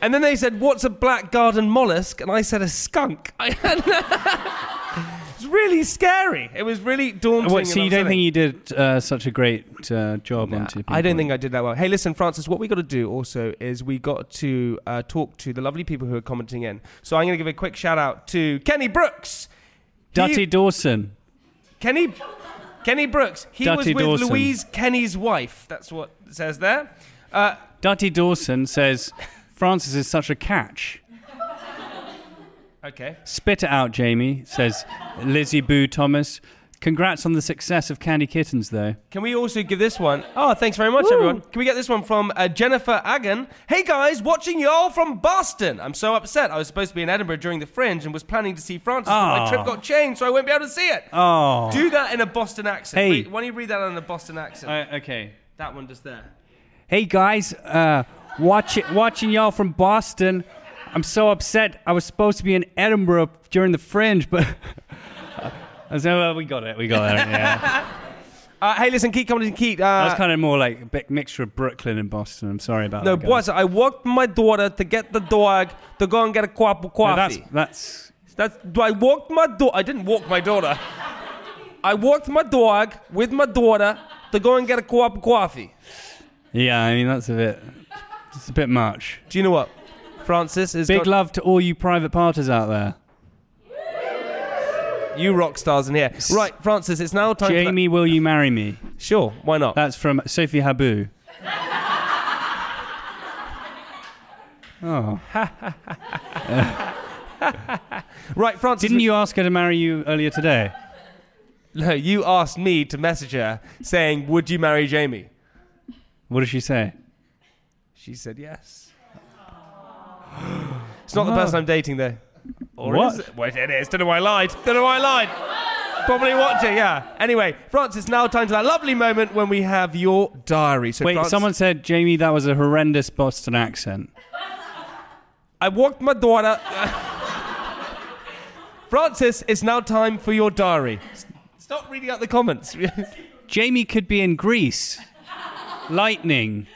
Speaker 2: And then they said, "What's a black garden mollusk?" And I said, "A
Speaker 3: [laughs]
Speaker 2: skunk." I it's really scary. It was really daunting.
Speaker 3: What, so
Speaker 2: and
Speaker 3: you don't
Speaker 2: upsetting.
Speaker 3: think you did uh, such a great uh, job on Tipping
Speaker 2: I don't
Speaker 3: Point?
Speaker 2: think I did that well. Hey, listen, Francis, what we got to do also is we got to uh, talk to the lovely people who are commenting in. So I'm going to give a quick shout out to Kenny Brooks. Do
Speaker 3: Dutty
Speaker 2: you-
Speaker 3: Dawson.
Speaker 2: Kenny. Kenny Brooks. He was
Speaker 3: Dutty
Speaker 2: with
Speaker 3: Dawson.
Speaker 2: Louise Kenny's wife. That's what it says there. Uh,
Speaker 3: Dutty Dawson says Francis is such a catch.
Speaker 2: okay.
Speaker 3: Spit it out, Jamie. Says Lizzie Boo Thomas. Congrats on the success of Candy Kittens, though.
Speaker 2: Can we also give this one? Oh, thanks very much, everyone. Can we get this one from uh, Jennifer Agan? Hey guys, watching y'all from Boston. I'm so upset. I was supposed to be in Edinburgh during the Fringe and was planning to see Francis, but my
Speaker 3: Ah.
Speaker 2: trip got changed, so I won't be able to see it.
Speaker 3: Oh.
Speaker 2: Do that in a Boston accent.
Speaker 3: Hey.
Speaker 2: Wait, why don't you read that in a Boston accent?
Speaker 3: Uh, okay.
Speaker 2: that one just there.
Speaker 3: Hey guys, uh, watch watching y'all from Boston. I'm so upset. I was supposed to be in Edinburgh during the Fringe, but. [laughs] I was like, well, we got it. We got it. [laughs] Yeah.
Speaker 2: Uh, hey, listen, keep coming, keep. Uh,
Speaker 3: I was kind of more like a big mixture of Brooklyn and Boston. I'm sorry about
Speaker 2: no,
Speaker 3: that. guys.
Speaker 2: boys, I walked my daughter to get the dog to go and get a quap
Speaker 3: No,
Speaker 2: coffee.
Speaker 3: that's that's
Speaker 2: That's I walked my daughter. I didn't walk my daughter. I walked my dog with my daughter to go and get a co-op coffee.
Speaker 3: Yeah, I mean that's a bit. It's a bit much.
Speaker 2: Do you know what? Francis is
Speaker 3: Big
Speaker 2: got
Speaker 3: love to all you private parters out there.
Speaker 2: you rock stars in here. Right, Francis, it's now time.
Speaker 3: Jamie, Uh, will you marry me?
Speaker 2: for that. sure, why not?
Speaker 3: That's from Sophie Habu. Oh,
Speaker 2: right, Francis,
Speaker 3: didn't you ask her to marry you earlier today?
Speaker 2: No, [laughs] you asked me to message her saying, "Would you marry Jamie?"
Speaker 3: What did she say?
Speaker 2: She said yes. [gasps] It's not the person I'm dating, though. Or
Speaker 3: What?
Speaker 2: is it? Well, it is. Don't know why I lied. Don't know why I lied. Probably watching, yeah. Anyway, France, it's now time to that lovely moment when we have your diary. So
Speaker 3: Wait,
Speaker 2: France,
Speaker 3: someone said, Jamie, that was a horrendous Boston accent.
Speaker 2: I walked my daughter. [laughs] Francis, it's now time for your diary. S- Stop reading out the comments. [laughs]
Speaker 3: Jamie could be in Greece. Lightning.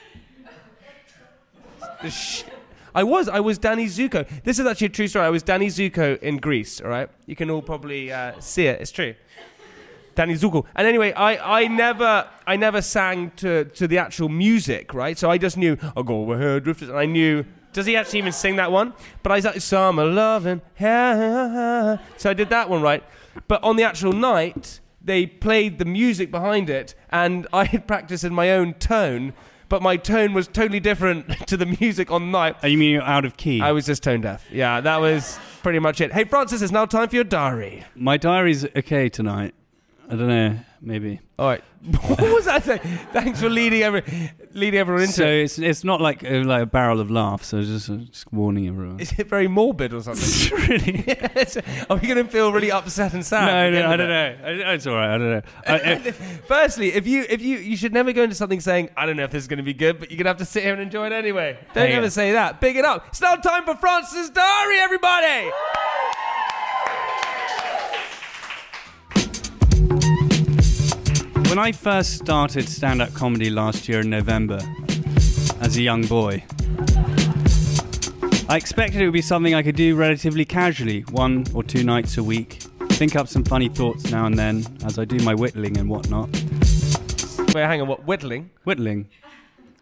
Speaker 2: The sh- I was. I was Danny Zuko. This is actually a true story. I was Danny Zuko in Greece. All right, you can all probably uh, see it. It's true. Danny Zuko. And anyway, I, I never I never sang to, to the actual music, right? So I just knew I go over here, drifters, and I knew. Does he actually even sing that one? But I was like, summer loving, ha, ha, ha." so I did that one right. But on the actual night, they played the music behind it, and I had practiced in my own tone, but my tone was totally different [laughs] to the music on the night.
Speaker 3: Oh, you mean you're out of key?
Speaker 2: I was just tone deaf. Yeah, that was pretty much it. Hey, Francis, it's now time for your diary.
Speaker 3: My diary's okay tonight. I don't know, maybe.
Speaker 2: All right. [laughs] what was that saying? Thanks for leading every leading everyone into.
Speaker 3: So
Speaker 2: it.
Speaker 3: it's it's not like a, like a barrel of laughs. So just uh, just warning everyone.
Speaker 2: Is it very morbid or something?
Speaker 3: [laughs]
Speaker 2: [laughs]
Speaker 3: really?
Speaker 2: Are we going to feel really upset and sad?
Speaker 3: No,
Speaker 2: at the
Speaker 3: no,
Speaker 2: end
Speaker 3: I
Speaker 2: of
Speaker 3: don't
Speaker 2: it?
Speaker 3: know. I- It's all right. I don't know. I, I-
Speaker 2: [laughs] Firstly, if you if you you should never go into something saying I don't know if this is going to be good, but you're going to have to sit here and enjoy it anyway. Don't
Speaker 3: Hey,
Speaker 2: ever
Speaker 3: yeah.
Speaker 2: say that. Big it up. It's now time for Francis Diary, everybody.
Speaker 3: when I first started stand-up comedy last year in November, as a young boy, I expected it would be something I could do relatively casually, one or two nights a week. Think up some funny thoughts now and then as I do my whittling and whatnot.
Speaker 2: Wait, hang on. What whittling?
Speaker 3: Whittling,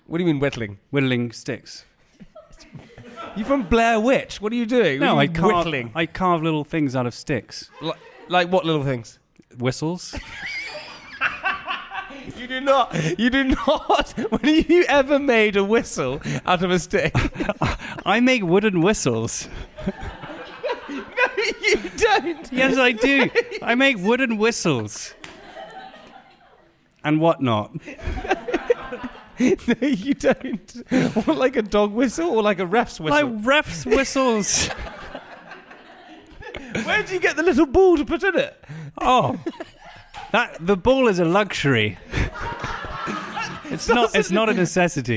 Speaker 2: What do you mean whittling?
Speaker 3: whittling sticks.
Speaker 2: You from Blair Witch? What are you doing?
Speaker 3: No,
Speaker 2: What
Speaker 3: I
Speaker 2: do you mean
Speaker 3: carve,
Speaker 2: whittling.
Speaker 3: I carve little things out of sticks.
Speaker 2: Like, like what little things?
Speaker 3: Whistles. [laughs]
Speaker 2: You do not. You do not. [laughs] When have you ever made a whistle out of a [laughs] stick?
Speaker 3: I make wooden whistles.
Speaker 2: you don't. [laughs]
Speaker 3: Yes, I do. I make wooden whistles. And whatnot.
Speaker 2: No, you don't. What, like a dog whistle or like a ref's
Speaker 3: Like
Speaker 2: whistle?
Speaker 3: refs whistles.
Speaker 2: Where do you get the little ball to put in it?
Speaker 3: Oh, that the ball is a luxury. It's not. It's not a necessity.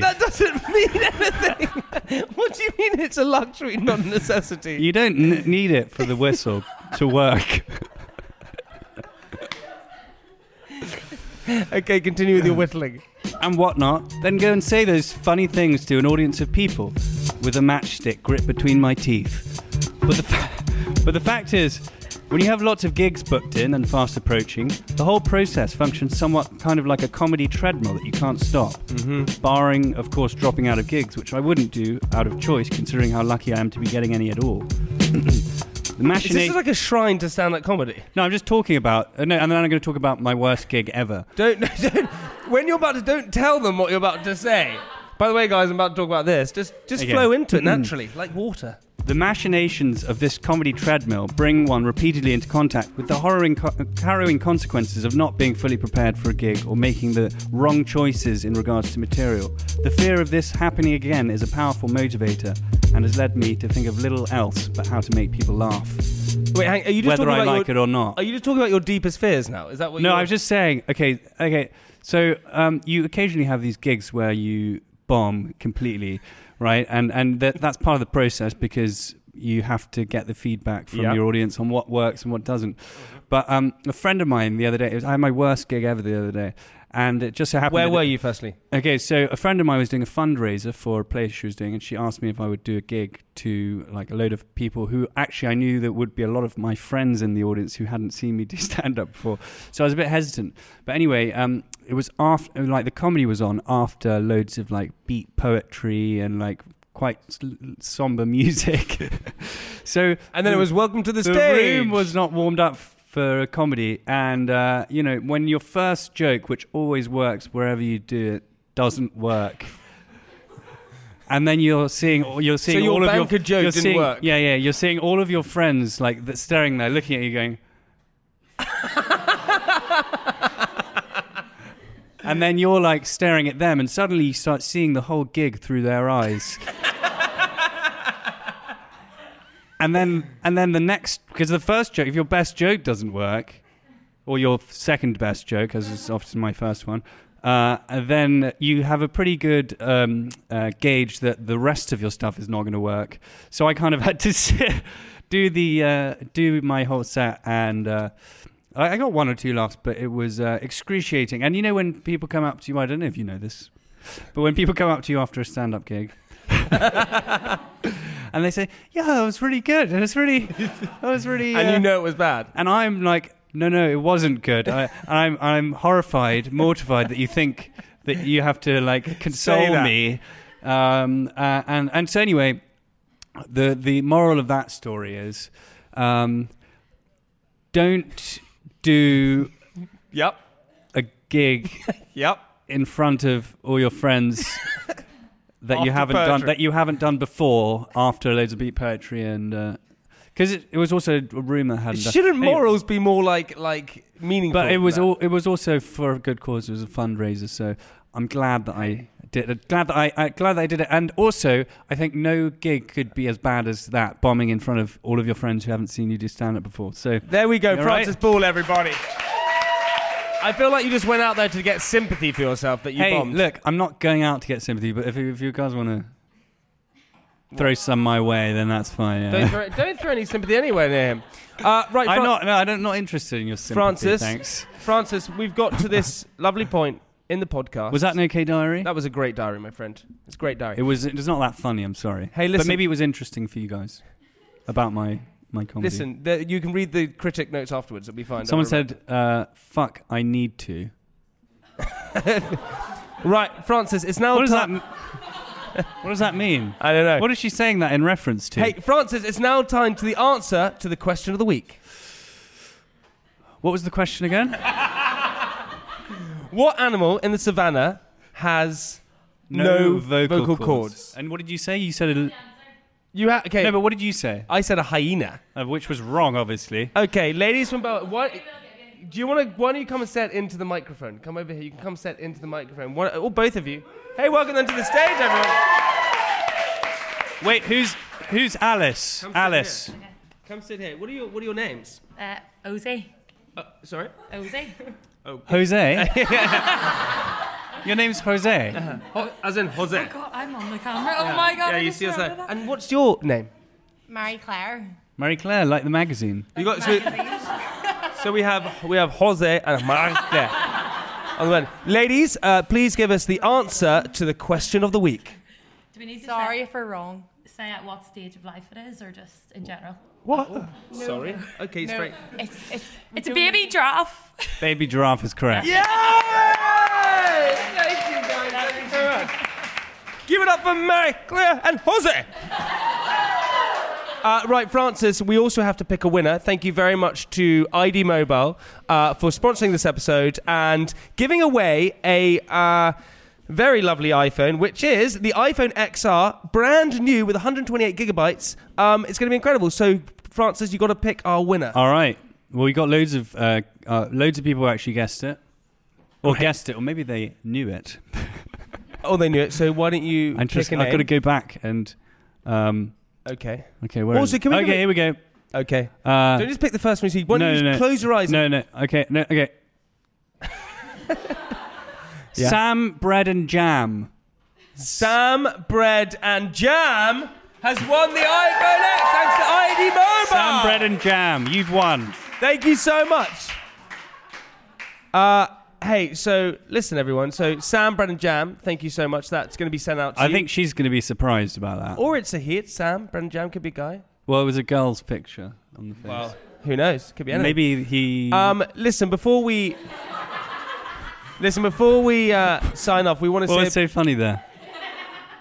Speaker 2: [laughs] That doesn't mean anything. [laughs] what do you mean it's a luxury, not a [laughs] necessity?
Speaker 3: You don't n- need it for the whistle to work.
Speaker 2: Okay, continue with your whittling.
Speaker 3: and whatnot, then go and say those funny things to an audience of people with a matchstick gripped between my teeth. But the, fa- [laughs] but the fact is, when you have lots of gigs booked in and fast approaching, the whole process functions somewhat kind of like a comedy treadmill that you can't stop. Mm-hmm. Barring, of course, dropping out of gigs, which I wouldn't do out of choice considering how lucky I am to be getting any at all. [clears throat] the
Speaker 2: Is this
Speaker 3: machination.
Speaker 2: like a shrine to stand-up comedy?
Speaker 3: no, I'm just talking about. Uh, no, and then I'm going to talk about my worst gig ever.
Speaker 2: Don't, [laughs] no, don't. When you're about to, don't tell them what you're about to say. By the way, guys, I'm about to talk about this. Just, just
Speaker 3: Okay.
Speaker 2: flow into it naturally, like water.
Speaker 3: The machinations of this comedy treadmill bring one repeatedly into contact with the horror co- harrowing consequences of not being fully prepared for a gig or making the wrong choices in regards to material. The fear of this happening again is a powerful motivator and has led me to think of little else but how to make people laugh,
Speaker 2: Wait, hang, are you just
Speaker 3: whether
Speaker 2: talking
Speaker 3: I
Speaker 2: about
Speaker 3: like
Speaker 2: your,
Speaker 3: it or not.
Speaker 2: Are you just talking about your deepest fears now? Is that what?
Speaker 3: No,
Speaker 2: you're...
Speaker 3: I was just saying. Okay, okay. So um, you occasionally have these gigs where you bomb completely, right? And and that that's part of the process because you have to get the feedback from
Speaker 2: Yeah.
Speaker 3: your audience on what works and what doesn't.
Speaker 2: Mm-hmm.
Speaker 3: But um, a friend of mine the other day, it was, I had my worst gig ever the other day, and it just so happened.
Speaker 2: Where
Speaker 3: that-
Speaker 2: were you, firstly?
Speaker 3: Okay, so a friend of mine was doing a fundraiser for a place she was doing, and she asked me if I would do a gig to like a load of people who actually I knew that would be a lot of my friends in the audience who hadn't seen me [laughs] do stand up before. So I was a bit hesitant, but anyway, um, it was after like the comedy was on after loads of like beat poetry and like quite s- somber music. [laughs] so
Speaker 2: And then it was welcome to the,
Speaker 3: the
Speaker 2: stage.
Speaker 3: room was not warmed up f- for a comedy, and uh, you know when your first joke, which always works wherever you do it, doesn't work. And then you're seeing you're seeing
Speaker 2: your
Speaker 3: all of your
Speaker 2: banker joke
Speaker 3: you're
Speaker 2: didn't
Speaker 3: seeing-
Speaker 2: work.
Speaker 3: Yeah, yeah. You're seeing all of your friends like that staring there, looking at you, going. [laughs] and then you're like staring at them, and suddenly you start seeing the whole gig through their eyes. [laughs] and then and then the next because the first joke, if your best joke doesn't work, or your second best joke, as is often my first one, uh, and then you have a pretty good um, uh, gauge that the rest of your stuff is not going to work. So I kind of [laughs] had to sit, do the uh, do my whole set, and uh, I, I got one or two laughs, but it was uh, excruciating. And you know when people come up to you, I don't know if you know this, but when people come up to you after a stand-up gig. [laughs] and they say, "Yeah, that was really good. It was really, that was really."
Speaker 2: [laughs] And
Speaker 3: uh,
Speaker 2: you know it was bad.
Speaker 3: and I'm like, no, no, it wasn't good.
Speaker 2: [laughs]
Speaker 3: I, I'm, I'm horrified, mortified that you think that you have to like console
Speaker 2: that.
Speaker 3: me. Um, uh, and and so anyway, the the moral of that story is, um, don't do
Speaker 2: Yep.
Speaker 3: a gig
Speaker 2: Yep.
Speaker 3: in front of all your friends
Speaker 2: [laughs]
Speaker 3: that you
Speaker 2: After
Speaker 3: haven't done
Speaker 2: poetry.
Speaker 3: that you haven't done before after loads of beat poetry and because it, it was also a rumor hadn't done-
Speaker 2: Shouldn't
Speaker 3: Anyway.
Speaker 2: morals be more like like [laughs] meaningful?
Speaker 3: uh, But it
Speaker 2: than
Speaker 3: was
Speaker 2: that?
Speaker 3: all, it was also for a good cause. It was a fundraiser, so I'm glad that I did. It. Glad that I, I glad that I did it. And also, I think no gig could be as bad as that bombing in front of all of your friends who haven't seen you do stand up before. So
Speaker 2: There we go,
Speaker 3: You all
Speaker 2: Francis
Speaker 3: right?
Speaker 2: Ball, everybody. I feel like you just went out there to get sympathy for yourself that you
Speaker 3: hey,
Speaker 2: bombed.
Speaker 3: look, I'm not going out to get sympathy, but if you, if you guys want to throw some my way, then that's fine. yeah.
Speaker 2: Don't throw, don't throw any sympathy anywhere near him. Uh, right,
Speaker 3: [laughs] I'm
Speaker 2: Fran-
Speaker 3: not. No, I'm not interested in your sympathy.
Speaker 2: Francis.
Speaker 3: thanks.
Speaker 2: Francis, we've got to this lovely point in the podcast.
Speaker 3: Was that an okay diary?
Speaker 2: That was a great diary, my friend. It's a great diary.
Speaker 3: it was. It was not that funny. I'm sorry.
Speaker 2: Hey,
Speaker 3: but
Speaker 2: listen-
Speaker 3: maybe it was interesting for you guys about my my comedy.
Speaker 2: Listen, the, you can read the critic notes afterwards. It'll be fine. don't
Speaker 3: Someone
Speaker 2: worry.
Speaker 3: said, uh, "Fuck, I need to."
Speaker 2: right, Francis, it's now
Speaker 3: What does that?
Speaker 2: time.
Speaker 3: m- [laughs] what does that mean?
Speaker 2: I don't know.
Speaker 3: What is she saying that in reference to?
Speaker 2: hey, Francis, it's now time to the answer to the question of the week.
Speaker 3: what was the question again?
Speaker 2: What animal in the savannah has vocal, cords?
Speaker 3: And what did you say? You said a,
Speaker 2: You ha- okay?
Speaker 3: no, but what did you say?
Speaker 2: I said a hyena.
Speaker 3: Uh, which was wrong, obviously.
Speaker 2: Okay, ladies from Bel. What? Do you want to? Why don't you come and set into the microphone? Come over here. You can come set into the microphone. One, or both of you. Hey, welcome them to the stage, everyone.
Speaker 3: Wait, who's who's Alice?
Speaker 2: sit
Speaker 3: Alice.
Speaker 2: Come sit here. What are your What are your names?
Speaker 4: Uh, Ozzy.
Speaker 2: Uh, sorry.
Speaker 4: Ozzy.
Speaker 2: [laughs]
Speaker 3: Jose. [laughs] Your name's Jose.
Speaker 2: Ho- as in Jose.
Speaker 4: God, I'm on the camera. Oh my god.
Speaker 2: Yeah,
Speaker 4: I
Speaker 2: you
Speaker 4: just
Speaker 2: see us
Speaker 4: remembered
Speaker 2: there.
Speaker 4: that.
Speaker 2: And what's your name?
Speaker 4: Mary Claire.
Speaker 3: Marie Claire, like the magazine.
Speaker 2: You got so, so we have we have Jose and Marta. On the one. Ladies, uh, please give us the answer to the question of the week.
Speaker 5: Do we need to
Speaker 4: Sorry if we're wrong.
Speaker 5: Say, say at what stage of life it is, or just in general?
Speaker 2: What? Sorry. Okay,
Speaker 4: No,
Speaker 2: straight.
Speaker 4: it's it's,
Speaker 5: It's a baby giraffe.
Speaker 3: Baby giraffe is correct.
Speaker 2: Yay! Thank you guys. Thank you so much. Give it up for Mary, Claire, and Jose. Uh, right, Francis, we also have to pick a winner. Thank you very much to ID Mobile uh, for sponsoring this episode and giving away a uh, very lovely iPhone, which is the iPhone XR, brand new with 128 gigabytes. Um, it's going to be incredible. So, Francis, you've got to pick our winner.
Speaker 3: All right. Well, we got loads of uh, uh, loads of people who actually guessed it, or guessed it, or maybe they knew it.
Speaker 2: oh, they knew it. So, why don't you
Speaker 3: I'm just,
Speaker 2: pick a
Speaker 3: I've got to
Speaker 2: name?
Speaker 3: go back and. Um,
Speaker 2: Okay.
Speaker 3: okay, where
Speaker 2: Also,
Speaker 3: is it?
Speaker 2: can we give
Speaker 3: okay,
Speaker 2: it-
Speaker 3: here we go.
Speaker 2: Okay.
Speaker 3: Uh,
Speaker 2: Don't just pick the first one you see. Why
Speaker 3: no,
Speaker 2: don't you
Speaker 3: no,
Speaker 2: just
Speaker 3: no.
Speaker 2: close your eyes?
Speaker 3: no, no. Okay, no, [laughs] okay.
Speaker 2: Yeah.
Speaker 3: Sam bread and jam.
Speaker 2: Sam Bread and Jam has won the iPhone X thanks to ID Mobile.
Speaker 3: Sam bread and jam. You've won.
Speaker 2: Thank you so much. Uh, hey, so listen, everyone. So Sam Bread and Jam, thank you so much. That's going to be sent out to
Speaker 3: I
Speaker 2: you.
Speaker 3: think she's going to be surprised about that.
Speaker 2: or it's a he. It's Sam Bread and Jam could be a guy.
Speaker 3: Well, it was a girl's picture on the face.
Speaker 2: Who knows? Could be anything.
Speaker 3: Oh. Maybe he.
Speaker 2: Um, listen before we. Listen, before we uh, sign off, we want to
Speaker 3: what
Speaker 2: say
Speaker 3: was so funny there?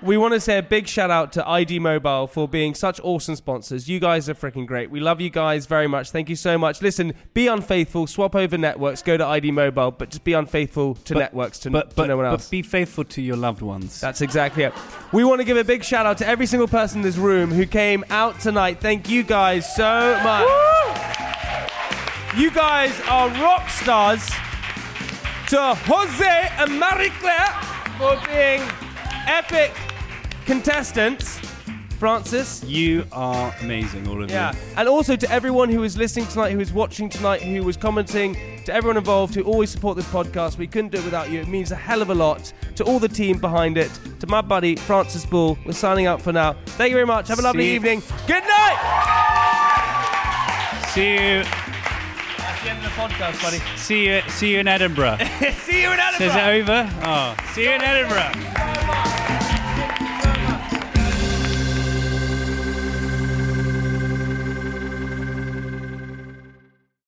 Speaker 2: We want to say a big shout out to ID Mobile for being such awesome sponsors. You guys are freaking great. We love you guys very much. Thank you so much. Listen, be unfaithful, swap over networks, go to ID Mobile, but just be unfaithful to
Speaker 3: But-
Speaker 2: networks, to,
Speaker 3: But
Speaker 2: to
Speaker 3: but,
Speaker 2: no one
Speaker 3: but
Speaker 2: else.
Speaker 3: be faithful to your loved ones.
Speaker 2: That's exactly it. We want to give a big shout out to every single person in this room who came out tonight. Thank you guys so much. You guys are rock stars. To Jose and Marie Claire for being epic contestants. Francis,
Speaker 3: You are amazing, all of you.
Speaker 2: yeah. And also to everyone who is listening tonight, who is watching tonight, who was commenting, to everyone involved who always support this podcast. We couldn't do it without you. It means a hell of a lot. To all the team behind it, to my buddy Francis Bull, we're signing out for now. Thank you very much. Have a lovely
Speaker 3: See you.
Speaker 2: evening. Good night.
Speaker 3: See you,
Speaker 2: That's the end of the podcast, buddy.
Speaker 3: see you, see you in Edinburgh.
Speaker 2: [laughs] See you in
Speaker 3: Is
Speaker 2: Edinburgh.
Speaker 3: it over? Oh, see you in Edinburgh.